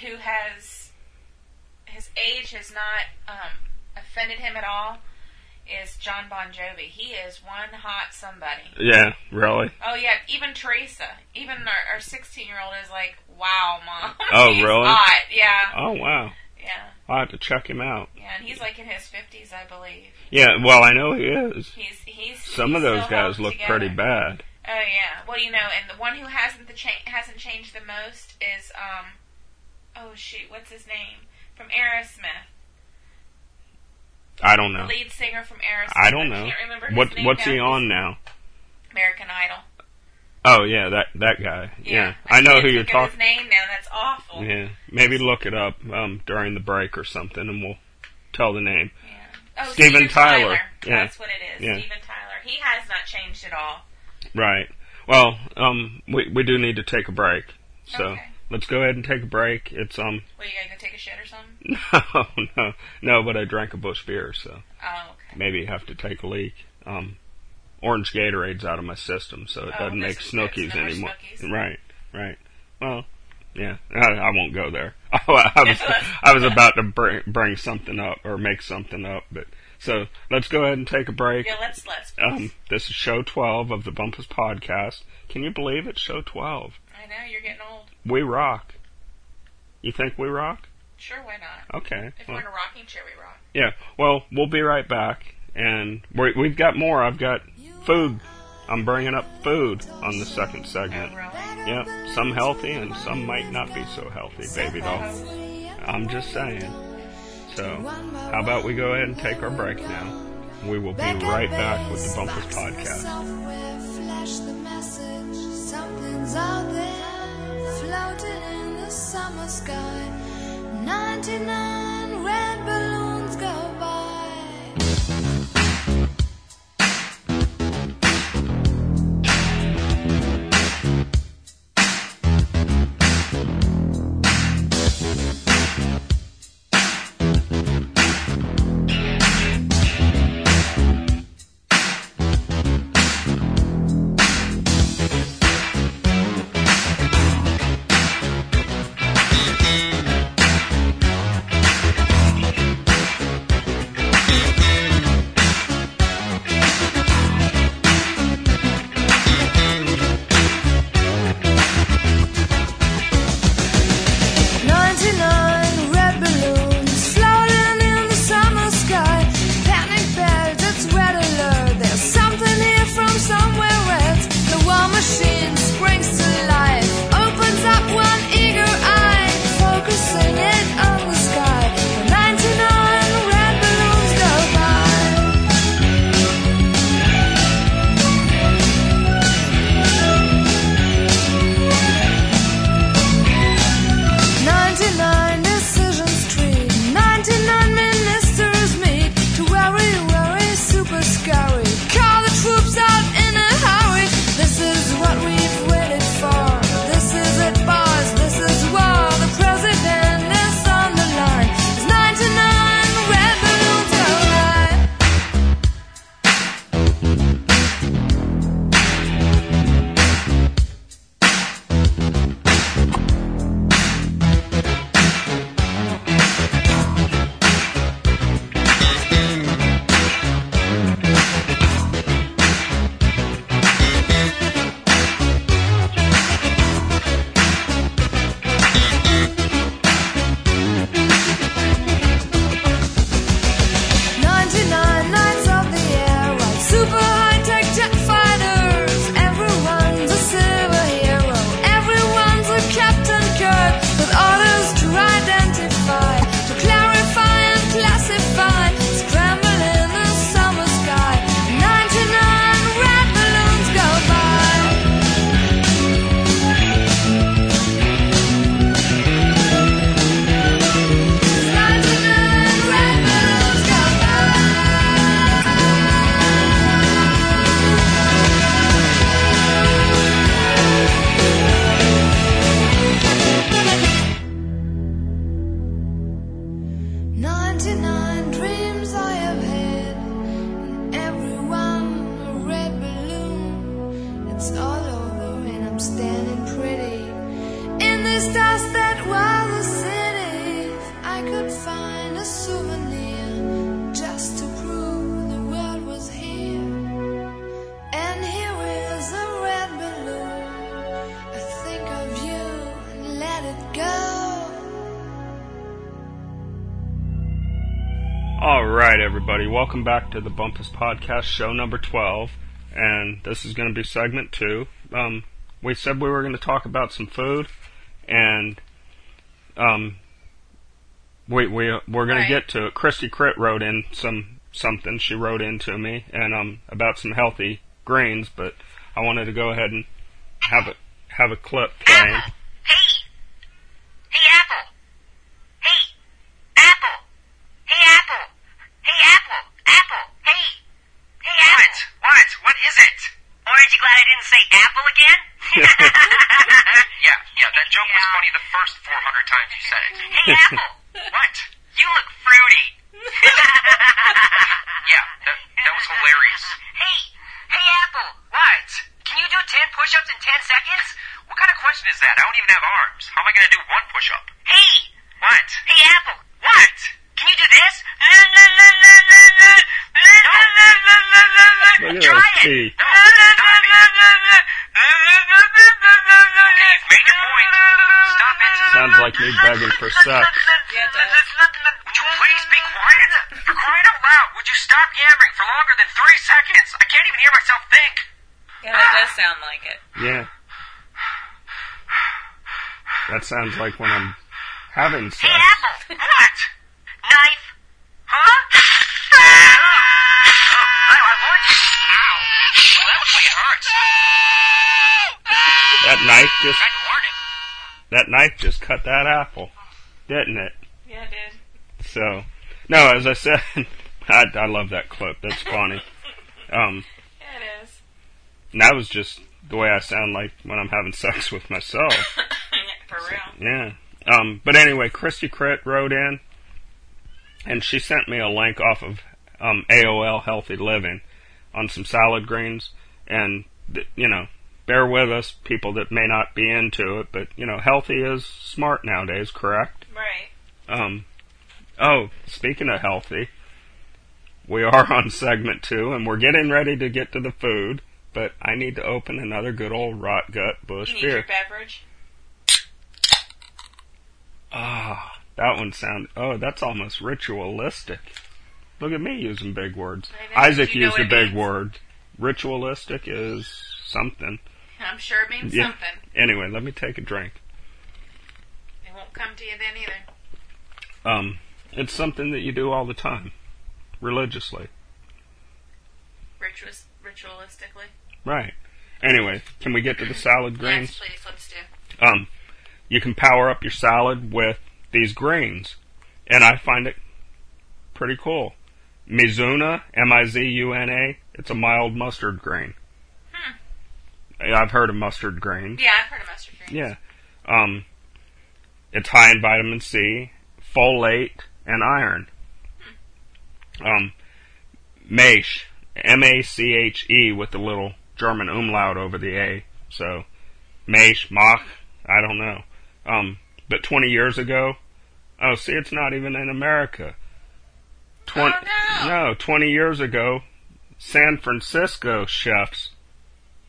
who has his age has not um, offended him at all is John Bon Jovi. He is one hot somebody.
Yeah, really.
Oh yeah, even Teresa, even our, our sixteen-year-old is like, "Wow, mom."
Oh,
he's
really?
Hot. Yeah,
Oh wow,
yeah,
I have to check him out.
yeah. And he's like in his fifties, I believe.
Yeah, well, I know he is.
He's he's.
Some of
he's
those
still
guys
holding
look
together.
pretty bad.
Oh yeah. Well, you know, and the one who hasn't the cha- hasn't changed the most is um, oh shoot, what's his name from Aerosmith,
I don't
the
know.
lead singer from Aerosmith.
I don't know.
can't remember his
what
name
what's
now.
he on now?
American Idol.
Oh yeah, that that guy. Yeah, I,
I
know
can't
who you're
think of
talking.
His name now. That's awful.
Yeah, maybe look it up um, during the break or something, and we'll tell the name.
Yeah. Oh,
Steven
Steven
Tyler.
Tyler.
Yeah.
That's what it is.
Yeah.
Steven Tyler. He has not changed at all.
Right. Well, um, we we do need to take a break, so
Okay.
let's go ahead and take a break. It's um,
Well, you gotta go take a shit or something?
no, no, no, but I drank a bush beer, so
Oh, okay.
maybe have to take a leak. Um, orange Gatorade's out of my system, so it
Oh,
doesn't make
this is good.
Snookies
No more
anymore.
Snookies.
Right, right. Well, yeah, I, I won't go there. Oh, I, was I was about to bring bring something up or make something up, but so let's go ahead and take a break.
Yeah, let's, let's.
Um, this is show twelve of the Bumpus Podcast. Can you believe it? Show twelve.
I know, you're getting old.
We rock. You think we rock?
Sure, why not?
Okay.
If
well.
we're in a rocking chair, we rock.
Yeah. Well, we'll be right back, and we we've got more. I've got food. I'm bringing up food on the second segment.
Oh, really?
Yeah, some healthy and some might not be so healthy, baby doll. I'm just saying. So, how about we go ahead and take our break now? We will be right back with the Bumpers Podcast.
Somewhere flashed the message, something's out there, floating in the summer sky. 99 red balloons go by.
Thank
Twenty-nine dreams I have had, and every one a red balloon. It's all over, and I'm standing pretty in this dust that was a city. If I could find a souvenir just to prove the world was here. And here is a red balloon. I think of you and let it go.
All right, everybody, welcome back to the Bumpus Podcast, show number 12, and this is going to be segment two. Um, we said we were going to talk about some food, and um, we we we're going
Right.
to get to it. Christy Crit wrote in some something she wrote in to me, and um about some healthy greens, but I wanted to go ahead and have a have a clip playing.
Apple. Hey. Hey, Apple. Hey. Apple. Hey, Apple. Hey, Apple. Apple. Hey. Hey, Apple. What? What? What is it? Aren't you glad I didn't say Apple again?
Yeah, yeah, that joke was funny the first 400 times you said it.
Hey, Apple.
What?
You look fruity.
Yeah, that, that was hilarious.
Hey. Hey, Apple.
What?
Can you do 10 push-ups in 10 seconds?
What kind of question is that? I don't even have arms. How am I going to do one push up?
Hey.
What?
Hey, Apple. What? Can you do this? No.
Look at
Try
that
it.
teeth.
No, stop it.
Okay, you've made your point. Stop it.
Sounds like me begging for sex.
Yeah, it does.
Would you please be quiet? For crying out loud, would you stop yammering for longer than three seconds? I can't even hear myself think.
Yeah, that does sound like it.
Yeah, that sounds like when I'm having sex.
Apple. What? Knife. Huh? Oh, I want you. Ow.
Oh, that looks like it hurts.
That knife just
Good warning.
that knife just cut that apple, didn't it?
Yeah, it did.
So, no, as I said, I, I love that clip. That's funny. Um,
Yeah, it is.
and that was just the way I sound like when I'm having sex with myself.
Yeah, For real.
Yeah. Um, but anyway, Christy Crit wrote in, and she sent me a link off of um, AOL Healthy Living on some salad greens, and th- you know, bear with us, people that may not be into it, but you know, healthy is smart nowadays, correct?
Right.
Um, oh, speaking of healthy, we are on segment two, and we're getting ready to get to the food. But I need to open another good old rot gut bush
You need
beer.
your beverage.
Ah, that one sound. Oh, that's almost ritualistic. Look at me using big words.
I know,
Isaac
but you know
used
what
a
it
big
means.
word. Ritualistic is something.
I'm sure it means
Yeah.
something.
Anyway, let me take a drink.
It won't come to you then either.
Um, it's something that you do all the time, religiously.
Rituals, ritualistically.
Right. Anyway, can we get to the salad greens?
Yes, please, let's do.
um, you can power up your salad with these greens, and I find it pretty cool. Mizuna, M-I-Z-U-N-A, it's a mild mustard grain.
Hmm.
I've heard of mustard grain.
Yeah, I've heard of mustard greens.
Yeah. Um, it's high in vitamin C, folate, and iron. Um, Mache, M-A-C-H-E E, with the little German umlaut over the A. So, Mache, Mach, I don't know. Um, but 20 years ago, oh, see, it's not even in America. Twen-
Oh,
no, 20 years ago, San Francisco chefs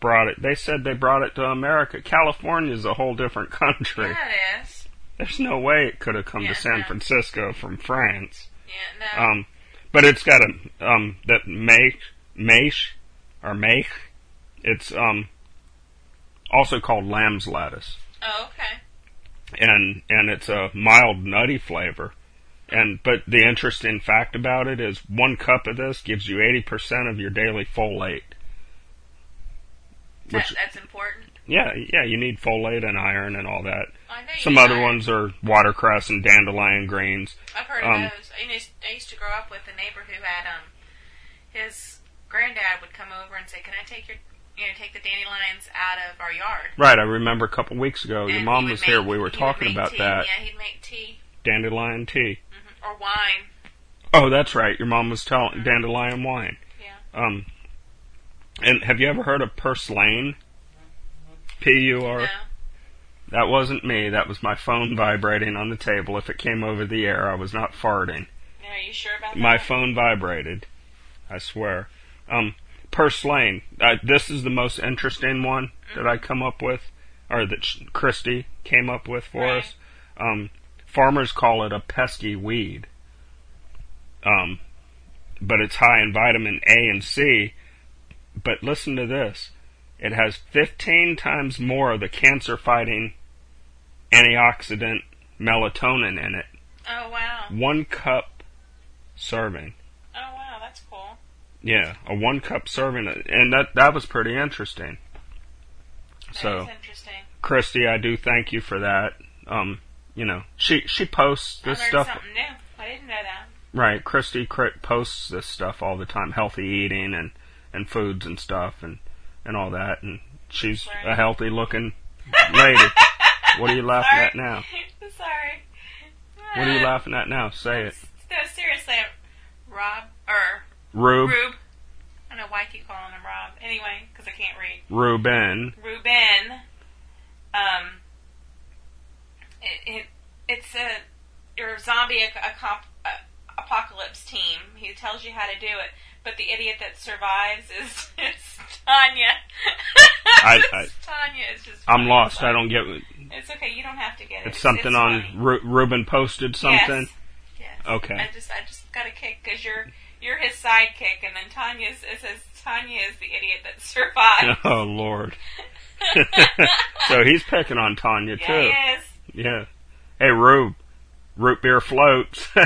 brought it. They said they brought it to America. California's a whole different country.
Yeah, it is.
There's no way it could have come
Yeah,
to San
no.
Francisco from France.
Yeah, no.
Um, but it's got a um that make mache or make. It's um also called lamb's lettuce,
oh, okay.
and and it's a mild nutty flavor. And but the interesting fact about it is one cup of this gives you eighty percent of your daily folate.
That,
Which
that's important.
yeah yeah you need folate and iron and all that.
I know you
Some
do.
other ones are watercress and dandelion greens.
I've heard
um,
of those. I used, I used to grow up with a neighbor who had um, his granddad would come over and say, "Can I take your, you know, take the dandelions out of our yard?"
Right, I remember a couple weeks ago your
And
mom
he
was
would
here.
make-
We were
he would
talking
make
about
tea.
that
Yeah, he'd make tea
dandelion tea.
hmm or wine.
Oh, that's right. Your mom was telling dandelion wine.
Mm-hmm. Yeah.
Um, and have you ever heard of purslane? P U R.
No.
That wasn't me. That was my phone vibrating on the table. If it came over the air, I was not farting.
No, are you sure about that?
My phone vibrated. I swear. Um, purslane. Uh, this is the most interesting one that I come up with, or that sh- Christy came up with for
Right.
us. Um, farmers call it a pesky weed. Um, but it's high in vitamin A and C. But listen to this. It has 15 times more of the cancer-fighting antioxidant melatonin in it
Oh wow.
one cup serving.
Oh wow, that's cool.
Yeah, a one cup serving, and that that was pretty interesting.
That's
So,
interesting.
Christy, I do thank you for that. Um, you know, she she posts this
I learned
stuff
something new. I didn't know that.
right. Christy cr- posts this stuff all the time, healthy eating and and foods and stuff and and all that. And she's a
Right.
healthy looking lady. What are you laughing
Sorry.
at now?
Sorry.
Oh. What are you laughing at now? Say it,
No, seriously, Rob or
Rube,
Rube. I don't know why I keep calling him Rob. Anyway, because I can't read.
Ruben.
Ruben. Um. It, it it's a your zombie ac- acop- uh, apocalypse team. He tells you how to do it, but the idiot that survives is, is Tanya.
I- I-
Tanya is just.
I'm
funny.
lost. I don't get.
It's okay. You don't have to get it.
It's something
funny.
on Ru- Ruben posted something.
Yes. Yes.
Okay.
I just I just got a kick because you're you're his sidekick, and then Tanya's it says Tanya is the idiot that survived.
Oh Lord. so he's picking on Tanya
yeah,
too.
he is.
Yeah. Hey Rube, root beer floats.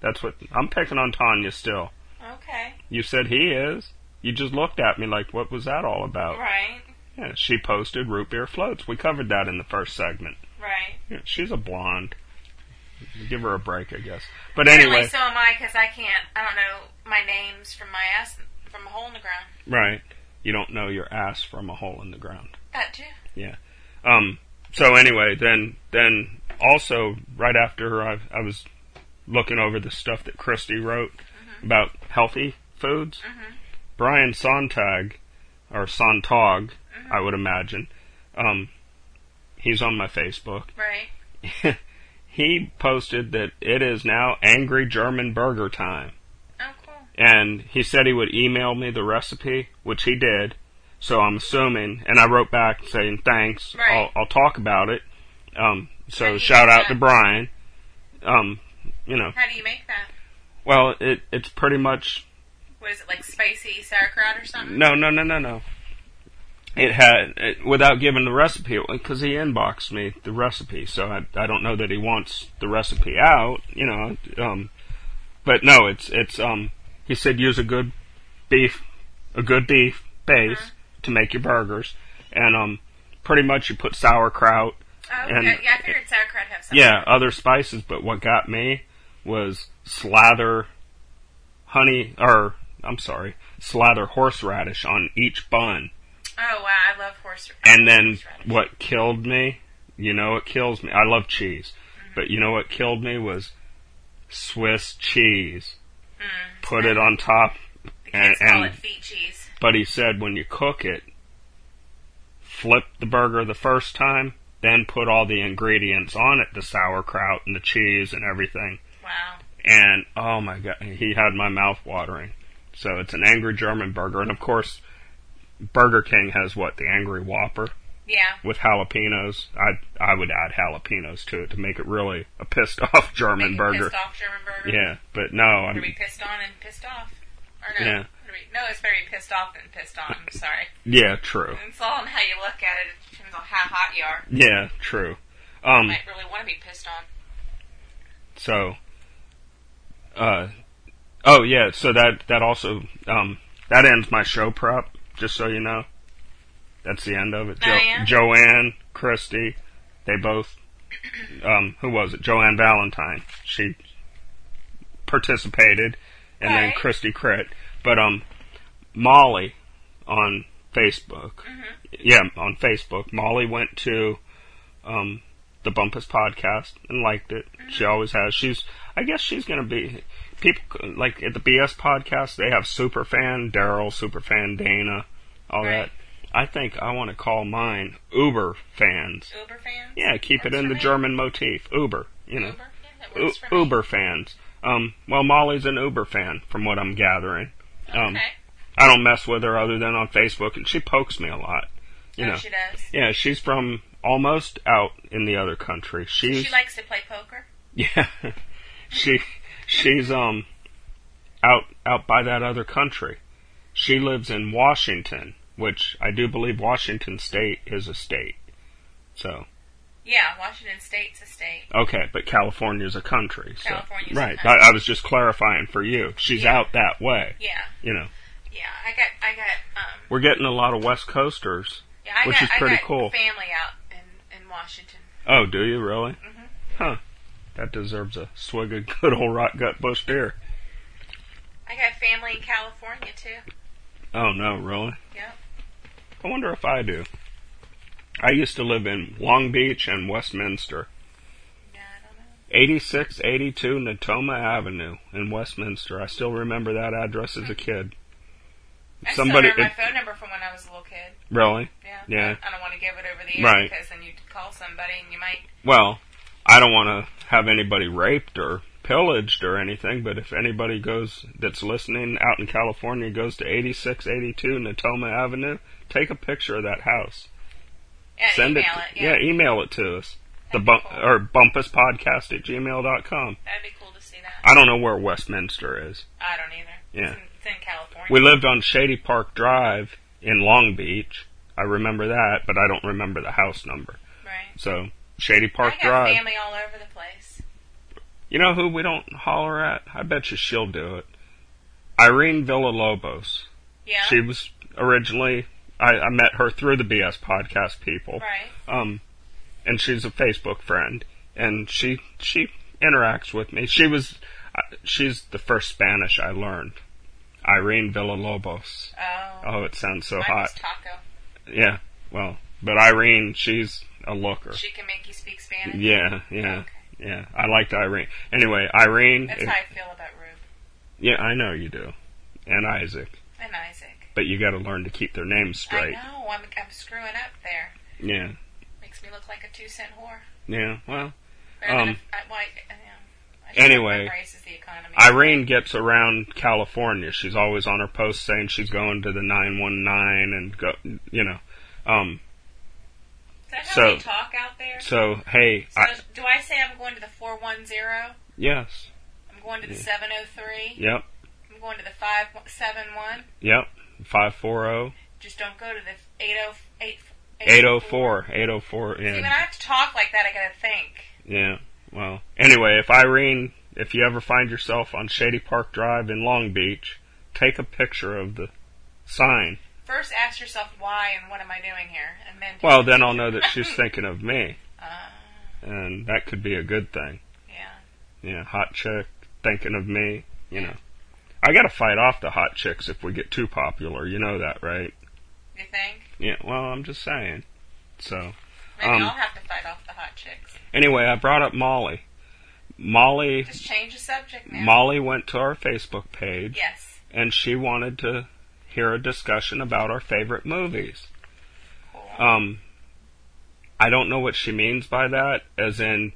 That's what I'm picking on Tanya still.
Okay.
You said he is. You just looked at me like, what was that all about?
Right.
Yeah, she posted root beer floats. We covered that in the first segment.
Right.
Yeah, she's a blonde. Give her a break, I guess. But anyway,
Apparently, so am I because I can't. I don't know my names from my ass from a hole in the ground.
right? You don't know your ass from a hole in the ground.
That too.
Um. So anyway, then then also right after I I was looking over the stuff that Christy wrote about healthy foods, Brian Sontag or Sontag, I would imagine. Um, he's on my Facebook.
Right.
he posted that it is now angry German burger time
Oh, cool.
and he said he would email me the recipe, which he did. So I'm assuming, and I wrote back saying thanks.
Right.
I'll, I'll talk about it. Um, so
Right, he
shout
did
out to
that.
Brian. Um, you know,
How do you make that?
well, it, it's pretty much
What is it like spicy sauerkraut or something?
no, no, no, no, no. It had it, without giving the recipe because he inboxed me the recipe, so I, I don't know that he wants the recipe out, you know. Um, but no, it's it's um. He said use a good beef, a good beef base to make your burgers, and um, pretty much you put sauerkraut,
Oh,
And-
yeah, yeah. I figured sauerkraut have some.
yeah, other spices. But what got me was slather honey, or I'm sorry, slather horseradish on each bun.
Oh wow, I love horse.
And then
horseradish.
what killed me, you know what kills me? I love cheese. But you know what killed me was Swiss cheese. Put it on top
The kids
and-
call
and-
it feet cheese.
but he said when you cook it, flip the burger the first time, then put all the ingredients on it, the sauerkraut and the cheese and everything.
Wow.
And oh my god, he had my mouth watering. So it's an angry German burger, and of course, Burger King has what the angry Whopper
Yeah.
with jalapenos. I I would add jalapenos to it to make it really a pissed off German
Make a
burger.
Pissed off German burger.
Yeah, but no, I
What are we
mean,
pissed on and pissed off? Or no?
Yeah.
What are we- no, it's very pissed off and pissed on. I'm sorry.
yeah, true.
It's all on how you look at it. It depends on how hot you are.
Yeah, true. Um,
You might really want to be pissed on.
So, uh, oh yeah, so that that also um that ends my show prep. Just so you know, that's the end of it.
Oh, yeah?
Joanne, Christy, they both. Um, who was it? Joanne Valentine. She participated, and then
Right.
Christy Crit. But um, Molly on Facebook. Yeah, on Facebook, Molly went to um the Bumpus podcast and liked it.
Mm-hmm.
She always has. She's, I guess she's going to be, people, like at the BS podcast, they have Superfan Daryl, Superfan Dana, all
Right.
that. I think I want to call mine Uber fans.
Uber fans?
Yeah, keep it
Works
in
for
the
me.
German motif. Uber, you know.
Uber? Yeah, that
U-
works for me.
Uber fans. Um, well, Molly's an Uber fan, from what I'm gathering. Um,
Okay.
I don't mess with her other than on Facebook, and she pokes me a lot. You
Oh,
know,
she does.
yeah, she's from almost out in the other country. She's
She likes to play poker.
yeah, she she's um out out by that other country. She lives in Washington, which I do believe Washington State is a state. So
Yeah, Washington State's a state.
Okay, but California's a country. So.
California's a
right.
country.
I, I was just clarifying for you. She's
Yeah.
out that way.
Yeah,
You know,
yeah. I got, I got, um,
we're getting a lot of West Coasters.
yeah, I
Which
got,
is pretty
I got
cool.
family out in, in Washington.
Oh, do you really?
Mm-hmm.
Huh. That deserves a swig of good old rock gut bush beer.
I got family in California too.
Oh no, really?
Yep.
I wonder if I do. I used to live in Long Beach and Westminster.
Yeah, I don't know.
8682 Natoma Avenue in Westminster. I still remember that address as a kid.
I
Somebody-
still remember
it-
my phone number from when I was a little kid.
Really?
Yeah.
Yeah.
I don't want to give it over the air
Right.
because then you call somebody and you might.
Well, I don't want to have anybody raped or pillaged or anything, but if anybody goes that's listening out in California goes to 8682 Natoma Avenue, take a picture of that house.
Yeah,
Send
email
it. e-
it. yeah.
email it to us. The
That'd be
bump
cool.
or bumpuspodcast at gmail.com.
That'd be cool to see that.
I don't know where Westminster is.
I don't either.
Yeah.
It's in, it's in California.
We lived on Shady Park Drive in Long Beach. I remember that, but I don't remember the house number.
right.
So Shady Park
I got
Drive.
family all over the place.
You know who we don't holler at? I bet you she'll do it. Irene Villalobos.
Yeah.
She was originally I, I met her through the BS podcast people.
right.
Um and she's a Facebook friend and she she interacts with me. She was I- she's the first Spanish I learned. Irene Villalobos.
Oh.
Oh, it sounds so
Mine
hot.
was taco.
Yeah. Well, but Irene, she's a looker.
She can make you speak Spanish.
Yeah, yeah.
Okay.
Yeah, I liked Irene. Anyway, Irene.
That's
if-
how I feel about Rube
Yeah, I know you do. And Isaac.
and Isaac.
But you gotta learn to keep their names straight.
I know. I'm, I'm screwing up there.
Yeah.
Makes me look like a two cent whore.
Yeah. Well,
Better than
Um,
a- I- why- I know. I should
Anyway,
have raises the economy.
Irene gets around California. She's always on her post saying she's going to the 919 and go, you know. Um,
Is that how
so-
we talk out there? So,
so, hey, I,
do I say I'm going to the 410?
yes.
I'm going to the 703?
Yep.
I'm going to the 571?
Yep. oh, 540.
Just don't go to the oh, 808.
804. 804.
See, when
Yeah.
I have to talk like that, I gotta think.
Yeah. Well, anyway, if Irene, if you ever find yourself on Shady Park Drive in Long Beach, take a picture of the sign.
First, ask yourself why and what am I doing here, and then.
Well, then I'll know that she's thinking of me,
Uh,
and that could be a good thing.
yeah.
Yeah, hot chick thinking of me, you know. I gotta fight off the hot chicks if we get too popular. You know that, right?
You think?
Yeah, well, I'm just saying. So,
Maybe
Um,
I'll have to fight off the hot chicks.
anyway, I brought up Molly. Molly,
Just change the subject now.
Molly went to our Facebook page.
Yes.
and she wanted to hear a discussion about our favorite movies.
Cool.
Um, I don't know what she means by that, as in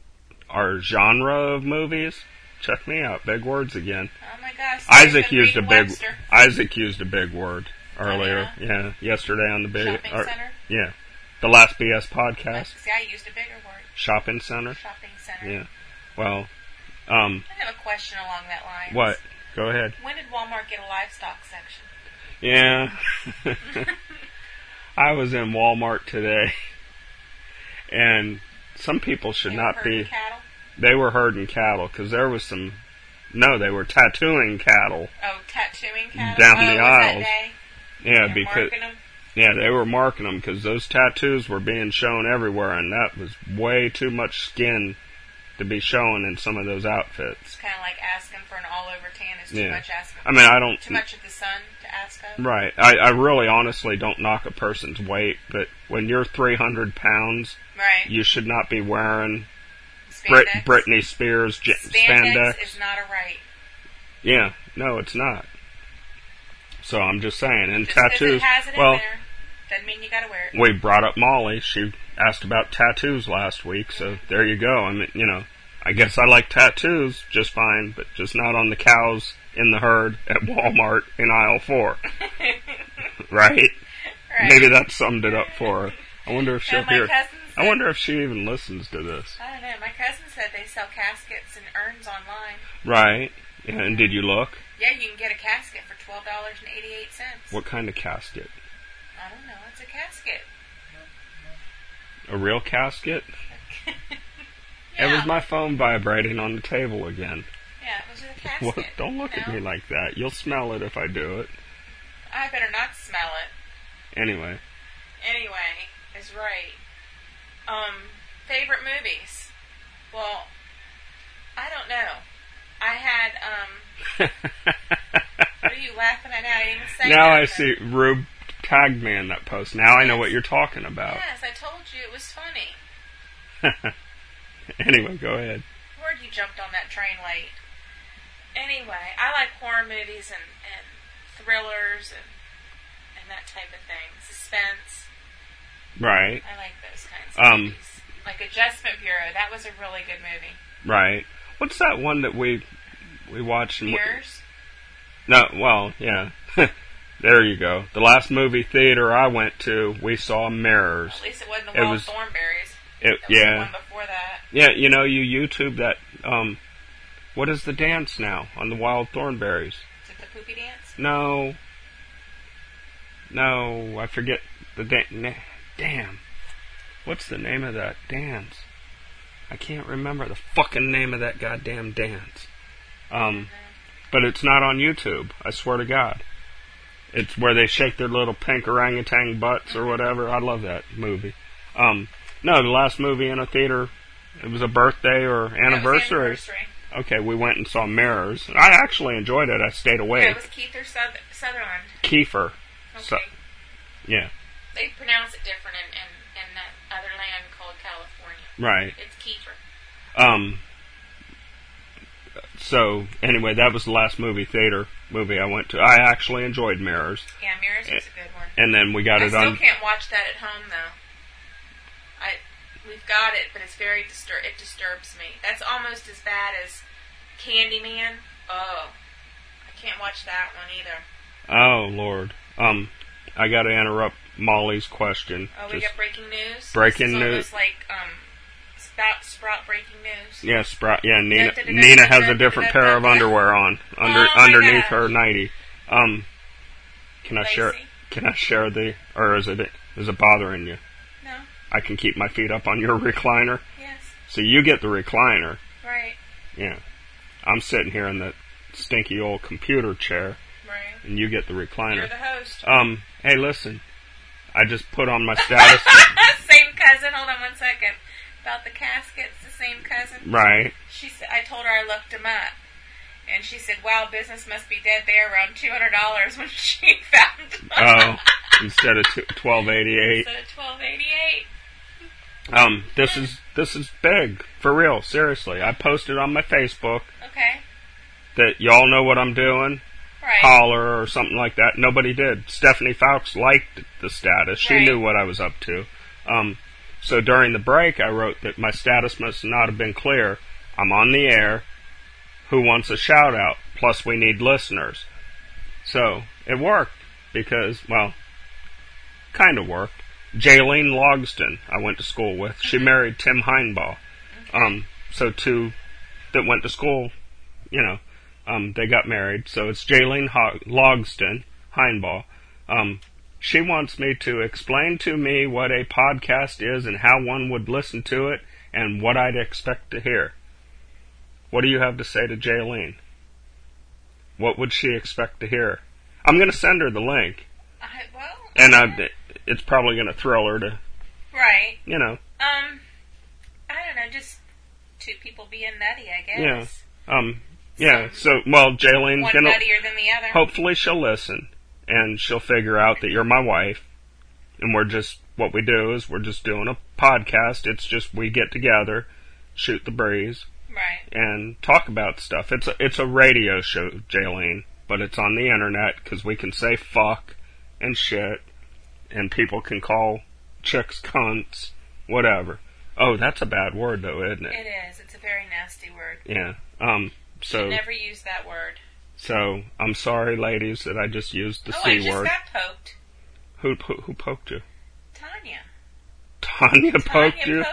our genre of movies. Check me out, big words again.
oh my gosh.
Isaac
Stephen
used a
Reed
big
Webster. Oh,
Isaac used a big word earlier. yeah? yesterday on the big
Shopping
or-
center?
Yeah, the last BS podcast
See, I used a bigger word.
shopping center.
Shopping center.
Yeah. Well, um,
I have a question along that line.
what? Go ahead.
When did Walmart get a livestock section?
Yeah. I was in Walmart today, and some people should
They were
not
herding
be.
cattle.
They were herding cattle because there was some. No, they were tattooing cattle.
Oh, tattooing cattle.
Down
oh,
the
was
aisles.
That day?
Yeah,
They're
because
marking 'em.
yeah, they were marking them because those tattoos were being shown everywhere, and that was way too much skin to be showing in some of those outfits.
It's kind of like asking for an all-over tan is too
Yeah.
much asking.
I mean, I don't-
too much of the sun to ask of.
Right. I, I really honestly don't knock a person's weight, but when you're 300 pounds,
Right.
you should not be wearing Brit-
Spandex.
Britney Spears j-
Spandex, is not a right.
Yeah, no, it's not. So I'm just saying, and
Just 'cause
tattoos.
It has it in
well,
there, doesn't mean you got to wear it.
we brought up Molly. She asked about tattoos last week, so there you go. I mean, you know, I guess I like tattoos just fine, but just not on the cows in the herd at Walmart in aisle four. right?
Right.
Maybe that summed it up for her. I wonder if she'll
And my
hear.
cousins-
I wonder if she even listens to this.
I don't know. My cousin said they sell caskets and urns online.
Right? Yeah, and did you look?
Yeah, you can get a casket for twelve dollars and eighty-eight cents.
What kind of casket?
I don't know. It's a casket.
A real casket? It
yeah.
was my phone vibrating on the table again.
yeah, it was a casket.
Well, don't look
you
at me
know?
like that. You'll smell it if I do it.
I better not smell it.
Anyway,
Anyway, is right. Um, favorite movies. Well, I don't know. I had um. What are you laughing at? I didn't even say.
now I
nothing.
see Rube tagged me in that post. Now I know what you're talking about.
Yes, I told you it was funny.
anyway, go ahead.
Word, you jumped on that train late. Anyway, I like horror movies and, and thrillers and and that type of thing. Suspense.
Right,
I like those kinds of
Um,
movies. Like Adjustment Bureau. That was a really good movie.
right. What's that one that we we watched? and we-
Mirrors.
No, well, yeah. there you go. The last movie theater I went to, we saw Mirrors.
At least it wasn't the
It
Wild
was-
Thornberries.
It,
That was
yeah.
the one before that.
Yeah, you know, you YouTube that. Um, what is the dance now on the wild thornberries?
Is it the poopy dance?
No, no, I forget the dance. damn, what's the name of that dance? I can't remember the fucking name of that goddamn dance. Um, but it's not on YouTube. I swear to God, it's where they shake their little pink orangutan butts or whatever. I love that movie. Um, no, the last movie in a theater. It was a birthday or
No, it was
anniversary.
anniversary.
Okay, we went and saw Mirrors. I actually enjoyed it. I stayed awake.
Yeah, it was Keith or Suth- Sutherland.
Kiefer.
Okay.
So- yeah,
They pronounce it different in, in, in that other land called California.
right.
It's Kiefer.
Um. So anyway, that was the last movie theater movie I went to. I actually enjoyed Mirrors,
Yeah, Mirrors was a good one.
and then we got
I
it
still
on.
can't watch that at home though. I we've got it, but it's very distur- it disturbs me. That's almost as bad as Candyman. Oh, I can't watch that one either.
Oh Lord. Um, I got to interrupt Molly's question.
Oh, we
Just-
got breaking news.
Breaking
This is
news.
Almost like um, sprout sprout breaking news.
yeah, Sprout. Yeah, Nina.
Da-da-da-da-da-da-da-da-da.
Nina has a different pair of underwear on under
Oh, my
underneath
gosh.
her ninety. Um, can I share?
Lacey?
Can I share the? Or is it is it bothering you?
No.
I can keep my feet up on your recliner.
Yes.
So you get the recliner.
Right.
Yeah. I'm sitting here in that stinky old computer chair,
Right.
and you get the recliner.
You're the host.
um, hey, listen. I just put on my status.
same cousin. Hold on one second. About the caskets, the same cousin.
right.
She said, I told her I looked him up. And she said, wow, business must be dead there around $200 when she found him.
Oh, instead of t- twelve eighty eight.
So 1288
Um, this is this is big for real. Seriously, I posted on my Facebook
Okay.
that y'all know what I'm doing.
Right.
Holler or something like that. Nobody did. Stephanie Fowkes liked the status. She
Right.
knew what I was up to. Um, so during the break, I wrote that my status must not have been clear. I'm on the air. Who wants a shout out? Plus, we need listeners. So it worked because, well, kind of worked. Jaylene Logston, I went to school with.
Mm-hmm.
She married Tim Heinbaugh. Um, so two that went to school, you know, um, they got married. So it's Jaylene Ho- Logston Heinbaugh. Um, she wants me to explain to me what a podcast is and how one would listen to it and what I'd expect to hear. What do you have to say to Jaylene? What would she expect to hear? I'm going to send her the link,
I, well,
and I, it's probably going to thrill her to,
right.
you know,
Um, I don't know, just to to people being nutty, I guess.
Yeah. Um, yeah, so, well, Jalen's
One
gonna,
nuttier than the other.
hopefully she'll listen and she'll figure out that you're my wife and we're just, what we do is we're just doing a podcast. It's just we get together, shoot the breeze,
Right.
and talk about stuff. It's a, it's a radio show, Jaylene, but it's on the internet because we can say fuck and shit, and people can call chicks cunts, whatever. Oh, that's a bad word though, isn't it?
It is. It's a very nasty word.
Yeah. Um. So
Never use that word.
so I'm sorry, ladies, that I just used the
oh,
c
I just
word.
got poked.
who, po- who poked you?
Tanya.
Tanya poked
Tanya
you.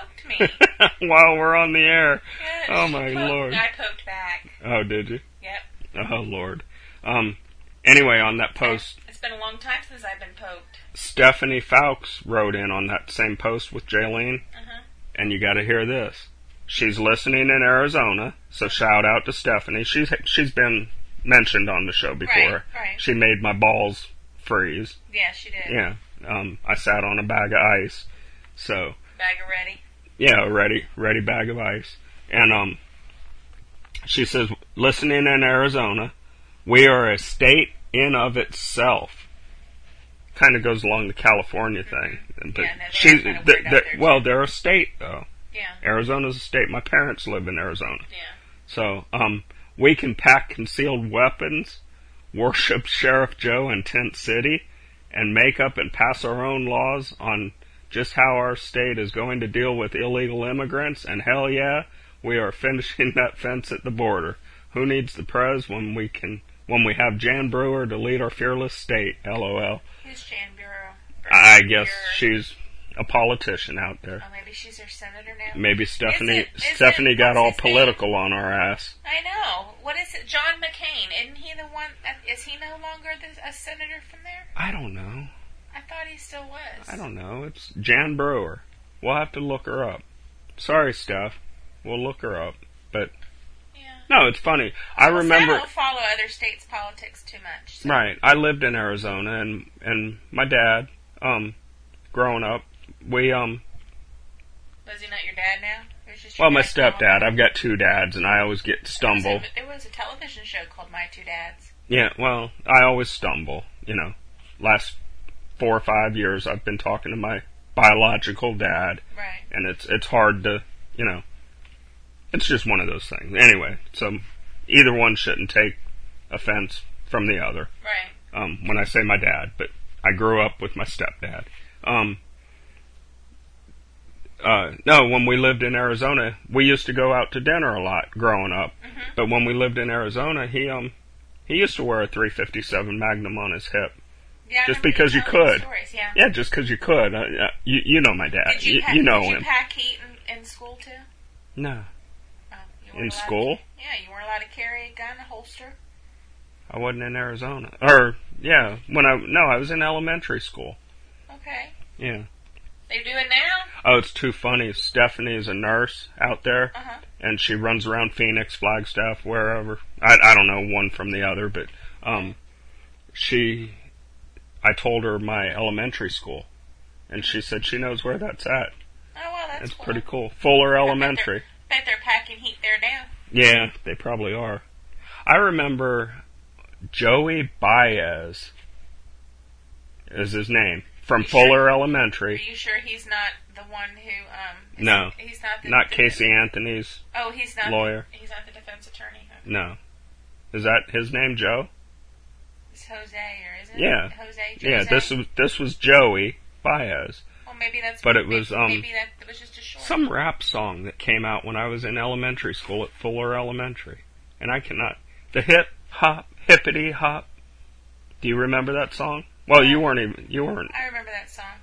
poked me.
While we're on the air.
Yeah,
Oh,
she
my
poked-
Lord.
I poked back.
Oh, did you?
Yep.
Oh, Lord. Um. Anyway, on that post,
It's been a long time since I've been poked.
Stephanie Fowkes wrote in on that same post with Jaylene,
Uh-huh.
and you got to hear this. She's listening in Arizona, so shout out to Stephanie. She's she's been mentioned on the show before.
Right, right.
She made my balls freeze.
Yeah, she did.
Yeah, um, I sat on a bag of ice, so
Bag of ready.
yeah, a ready, ready bag of ice. And um, she says, listening in Arizona, we are a state in of itself. Kind of goes along the California thing. But
Yeah, no, they're
she's-
kinda
they're-
weird out
they're-
there, too.
well, they're a state though.
Yeah.
Arizona's a state. My parents live in Arizona,
Yeah.
so um, we can pack concealed weapons, worship Sheriff Joe in Tent City, and make up and pass our own laws on just how our state is going to deal with illegal immigrants, and hell yeah, we are finishing that fence at the border. Who needs the prez when we can when we have Jan Brewer to lead our fearless state? LOL.
Who's Jan Bureau? Or
I
Jan
guess
Bureau.
she's a politician out there.
Oh, maybe she's our senator now.
Maybe Stephanie
Is it- is
Stephanie
it-
got all
what's his name?
political on our ass.
I know. What is it? John McCain. Isn't he the one? uh, Is he no longer the, a senator from there?
I don't know.
I thought he still was.
I don't know. It's Jan Brewer. We'll have to look her up. Sorry, Steph. We'll look her up. But
Yeah.
no, it's funny. I
Well, see, I
remember
don't follow other states' politics too much. so-
right. I lived in Arizona, and and my dad, um, growing up, we um,
Was he not your dad now? It was just your
well, my
dad's mom.
stepdad. I've got two dads, and I always get stumble.
There was a- There was a television show called My Two Dads.
Yeah, well, I always stumble. You know, last four or five years, I've been talking to my biological dad,
Right.
and it's it's hard to you know it's just one of those things anyway so either one shouldn't take offense from the other
Right.
um when i say my dad but i grew up with my stepdad um uh no when we lived in arizona we used to go out to dinner a lot growing up
Mm-hmm.
but when we lived in arizona he um he used to wear a 357 magnum on his hip
Yeah, I
Just
remember
because you
telling me
could.
Stories, yeah.
yeah just 'cause you could uh, uh, you you know my dad
Did you, pack,
you know
did
him
you pack heat in, in school too?
no
Oh, you weren't
in
allowed to-
school
yeah, you weren't allowed to carry a gun, a holster.
I wasn't in Arizona. Or yeah, when I no, I was in elementary school.
Okay.
Yeah.
They do it now.
Oh, it's too funny. Stephanie is a nurse out there,
Uh huh.
and she runs around Phoenix, Flagstaff, wherever. I I don't know one from the other, but um, she, I told her my elementary school, and she said she knows where that's at.
Oh well, that's
It's
cool.
pretty cool. Fuller Elementary.
Bet they're packing heat there now.
Yeah, they probably are. I remember Joey Baez is his name from
You sure?
Fuller
Are
Elementary,
you sure he's not the one who? Um, is-
No.
he's not. The,
not
the-
Casey Anthony's
Oh, he's not
lawyer.
He's not the defense attorney. Okay.
No, is that his name, Joe?
It's Jose, or isn't
Yeah.
it? Jose. Jose.
Yeah, this was this was Joey Baez.
Well, maybe that's.
but it
maybe-
was, um,
Maybe that that was just a short.
Some rap song that came out when I was in elementary school at Fuller Elementary, and I cannot the hip hop hippity hop. Do you remember that song? Well, you weren't even you weren't
I remember that song.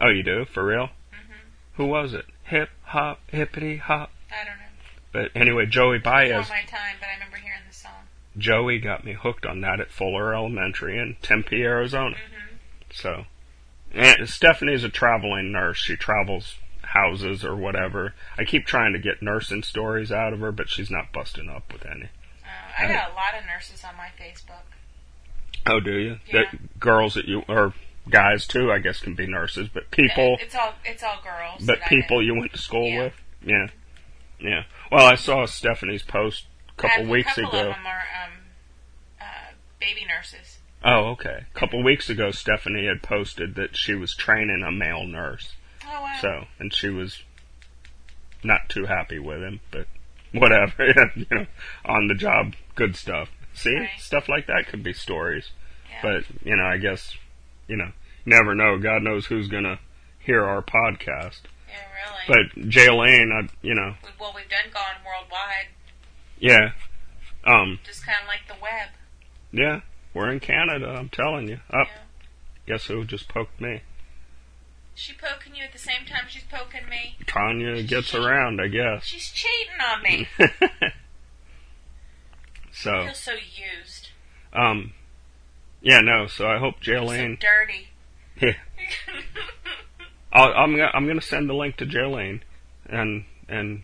Oh, you do? For real?
Mhm.
Who was it? Hip hop, hippity hop.
I don't know.
But anyway, Joey Baez.
Before Oh, my time, but I remember hearing the song.
Joey got me hooked on that at Fuller Elementary in Tempe, Arizona.
Mhm.
So, and Stephanie's a traveling nurse. She travels houses or whatever. I keep trying to get nursing stories out of her, but she's not busting up with any.
Uh, I got a lot of nurses on my Facebook. Uh,
Oh, do you?
Yeah.
That girls that you or guys too, I guess, can be nurses, but people,
It's all it's all girls.
but
that I know.
people you went to school
Yeah.
with, yeah. Yeah. Well, I saw Stephanie's post a couple
Um,
weeks
couple
ago.
of them are um, uh, baby nurses.
Oh, okay. A couple weeks ago, Stephanie had posted that she was training a male nurse.
Oh wow.
So, and she was not too happy with him, but whatever. you know, on the job, good stuff. See,
Right.
stuff like that could be stories.
Yeah.
But you know, I guess you know, never know. God knows who's gonna hear our podcast.
yeah, really.
But Jay Lane, I, you know,
we, well, we've done gone worldwide,
yeah, um,
just kind of like the web.
yeah, we're in Canada. I'm telling you. Up,
Yeah.
guess who just poked me?
She poking you at the same time she's poking me.
Tanya gets around, I guess.
She's cheating on me.
Mm-hmm.
I
so,
feel so used.
um, yeah, no. So I hope Jay
I'm so
Lane.
dirty.
Yeah. I'll, I'm gonna, I'm gonna send the link to Jay Lane, and and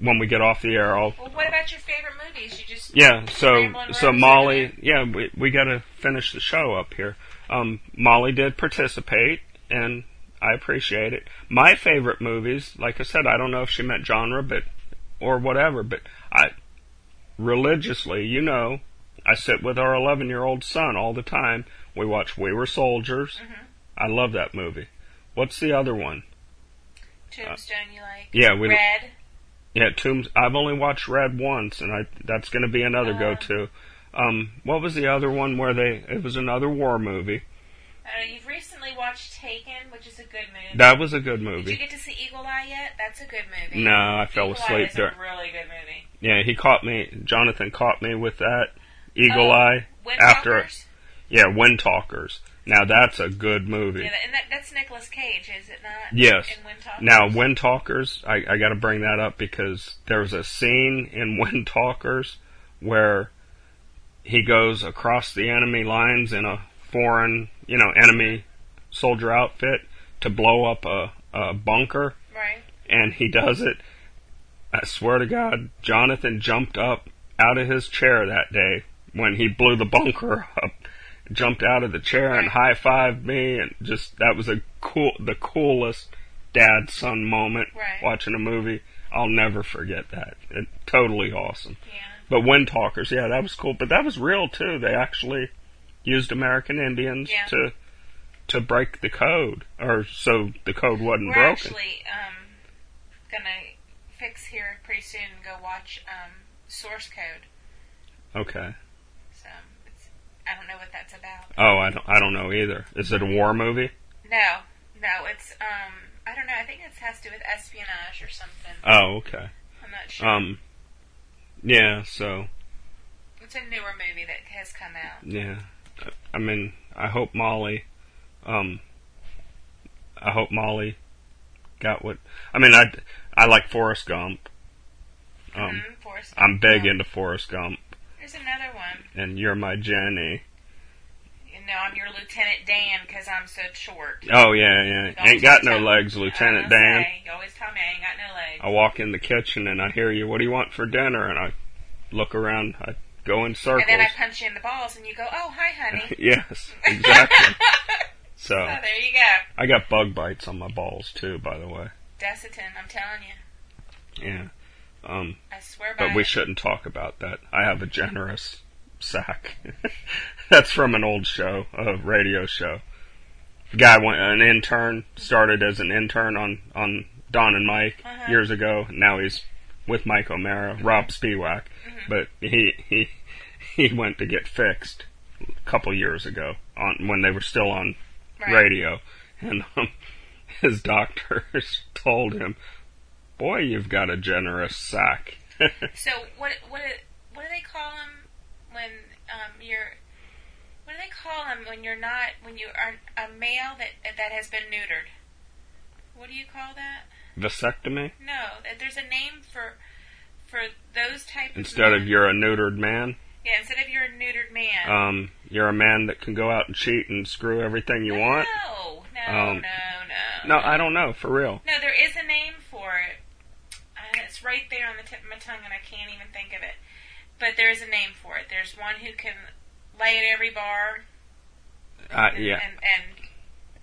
when we get off the air, I'll.
well, what about your favorite movies? You just
Yeah. So
Rambling
so
Rose
Molly.
over
Yeah, we we gotta finish the show up here. Um, Molly did participate, and I appreciate it. My favorite movies, like I said, I don't know if she meant genre, but or whatever, but I religiously, you know, I sit with our 11 year old son all the time. We watch We Were Soldiers. I love that movie. What's the other one?
Tombstone you like.
Yeah, we
Red.
yeah Tombs. I've only watched Red once, and I that's going to be another
Uh.
go to. Um, what was the other one where they? It was another war movie.
I don't know, you've recently watched Taken, which is a good movie.
That was a good
Did you
movie.
get to see Eagle Eye yet? That's a good movie.
No, I fell
Eagle Eye
asleep
is
during.
a really good movie.
Yeah, he caught me. Jonathan caught me with that Eagle
Oh,
Eye.
Wind
after-
Talkers?
Yeah, Wind Talkers. Now that's a good movie.
Yeah, and that, that's Nicolas Cage, is it not?
Yes.
In Wind Talkers.
Now, Wind Talkers, I, I got to bring that up because there was a scene in Wind Talkers where he goes across the enemy lines in a foreign, you know, enemy soldier outfit to blow up a, a bunker,
Right.
and he does it. I swear to God, Jonathan jumped up out of his chair that day when he blew the bunker up. Jumped out of the chair and high fived me, and just that was a cool, the coolest dad son moment
Right.
watching a movie. I'll never forget that. It, totally awesome.
Yeah.
But Wind Talkers, yeah, that was cool. But that was real too. They actually used American Indians
Yeah.
to to break the code, or so the code wasn't
We're
broken.
actually um, gonna fix here pretty soon and go watch um, Source Code.
okay.
So it's, I don't know what that's about.
Oh, I don't, I don't know either. Is it a war movie?
No, no, it's um, I don't know. I think it has to do with espionage or something.
Oh, okay.
I'm not sure.
Um, yeah. So
it's a newer movie that has come out.
yeah, I- I mean, I hope Molly, um, I hope Molly got what. I mean, I I like Forrest Gump. Um,
Mhm, Forrest
I'm big
Gump.
into Forrest Gump,
There's another one.
and you're my Jenny.
You know, I'm your Lieutenant Dan because I'm so short.
Oh yeah, yeah.
Don't
Ain't got
tell-
no legs, Lieutenant
I
Dan.
say, you always tell me I ain't got no legs.
I walk in the kitchen and I hear you. What do you want for dinner? And I look around. I go in circles.
and then I punch you in the balls, and you go, "Oh, hi, honey."
yes, exactly. So
So there you go,
I got bug bites on my balls too, by the way.
Desitin. I'm telling you,
Yeah. Um,
I swear by
but we
it.
shouldn't talk about that. I have a generous sack. That's from an old show, a radio show. The guy went an intern, started as an intern on on Don and Mike
Uh-huh.
years ago. Now he's with Mike O'Mara, Rob Spiewak. But he he he went to get fixed a couple years ago on when they were still on
Right.
radio, and um, his doctors told him, "Boy, you've got a generous sack."
So what what what do they call him when um you're what do they call him when you're not when you are a male that that has been neutered? What do you call that?
Vasectomy
No, th- there's a name for for those type
instead
of
of
men.
you're a neutered man.
yeah instead of you're a neutered man.
Um, you're a man that can go out and cheat and screw everything you want.
No, no,
Um,
no, no.
No, I don't know for real.
No, there is a name for it. Uh, it's right there on the tip of my tongue, and I can't even think of it. But there is a name for it. There's one who can lay at every bar
Uh,
and,
yeah,
and, and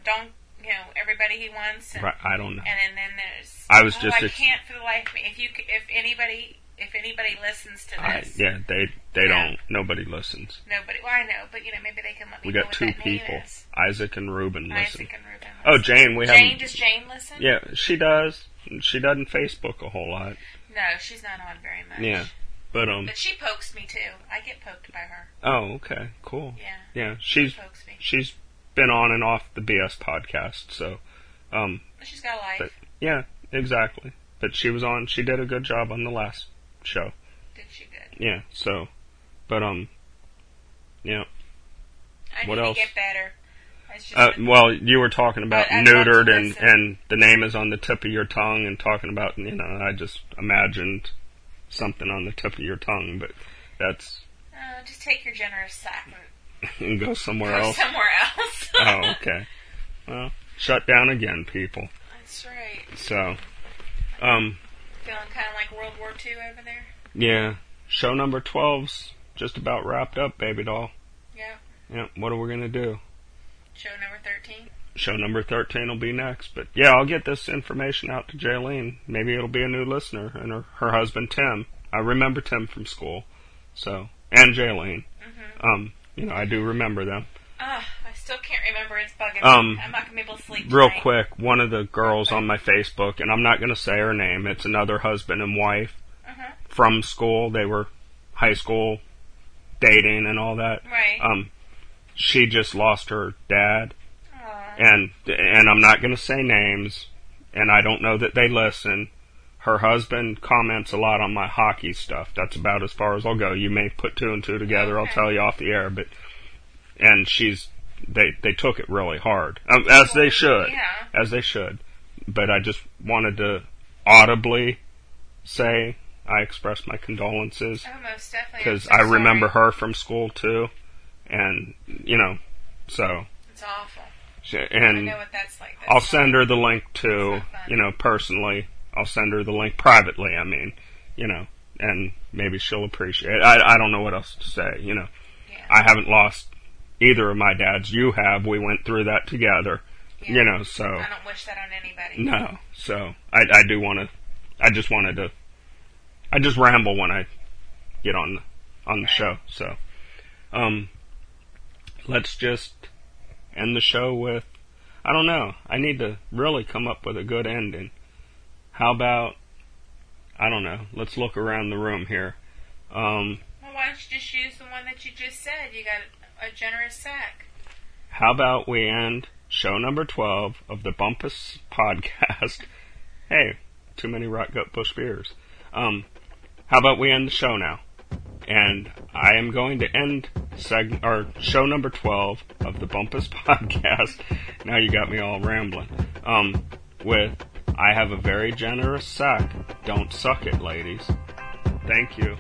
don't you know everybody he wants. And,
Right, I don't know.
And, and then there's.
I was
oh,
just
I
ex-
can't for the life of me. If you, c- if anybody, if anybody listens to
I,
this,
yeah, they they
Yeah.
don't. Nobody listens.
nobody. Well, I know, but you know, maybe they can let me
We
know
got
what
two
that name
people,
is.
Isaac and Reuben. Listen.
Isaac and Ruben.
Oh, Jane, we
Jane,
haven't.
does Jane listen?
yeah, she does. She doesn't Facebook a whole lot.
No, she's not on very much.
Yeah, but um.
But she pokes me too. I get poked by her.
Oh, okay, cool.
Yeah.
Yeah, she's
She pokes me.
she's been on and off the BS podcast, so um,
She's got a life.
But- yeah, exactly. But she was on. She did a good job on the last show.
Did she good?
Yeah, so, but um, yeah.
I
What
need
else?
to get better. It's just
Uh,
been-
well, you were talking about
I- I'd love to
neutered and
listen.
and the name is on the tip of your tongue, and talking about you know, I just imagined something on the tip of your tongue, but that's
uh, just take your generous sack and
and go somewhere
go
else.
somewhere else.
Oh, okay. Well, shut down again, people.
That's right.
So, um.
Feeling kind of like World War II over there.
Yeah. Show number 12's just about wrapped up, baby doll.
Yeah.
Yeah, what are we going to do?
Show number thirteen.
Show number 13 will be next. But yeah, I'll get this information out to Jaylene. Maybe it'll be a new listener and her, her husband, Tim. I remember Tim from school. So, and Jaylene. Um, you know, I do remember them.
Ah, I still can't remember. It's bugging
Um,
me. I'm not gonna be able to sleep.
Real
tonight.
quick, one of the girls on my Facebook, and I'm not going to say her name, it's another husband and wife
Uh-huh.
from school. They were high school dating and all that.
Right.
Um, she just lost her dad,
Aw.
and and I'm not going to say names, and I don't know that they listen. Her husband comments a lot on my hockey stuff. That's about as far as I'll go. You may put two and two together. I'll
Okay.
tell you off the air, but and she's they they took it really hard, um, as they should,
Yeah.
as they should. But I just wanted to audibly say I express my condolences
Oh, most definitely. I'm
because
so
I remember
sorry.
her from school too, and you know, so
It's awful.
she-
I know
and
what that's like. That's
I'll send her the link to
That's not fun.
you know personally. I'll send her the link privately. I mean, you know, and maybe she'll appreciate. It. I I don't know what else to say. You know,
Yeah.
I haven't lost either of my dads. You have. We went through that together. You know, so
I don't wish that on anybody.
no, so I I do want to. I just wanted to. I just ramble when I get on on the show. So, um, let's just end the show with. I don't know. I need to really come up with a good ending. How about? I don't know. Let's look around the room here. Um,
Well, why don't you just use the one that you just said? You got a generous sack.
how about we end show number twelve of the Bumpus podcast? hey, too many Rock Gut Bush beers. Um, how about we end the show now? And I am going to end seg- or show number 12 of the Bumpus podcast. now you got me all rambling. Um, with I have a very generous sack. Don't suck it, ladies. Thank you.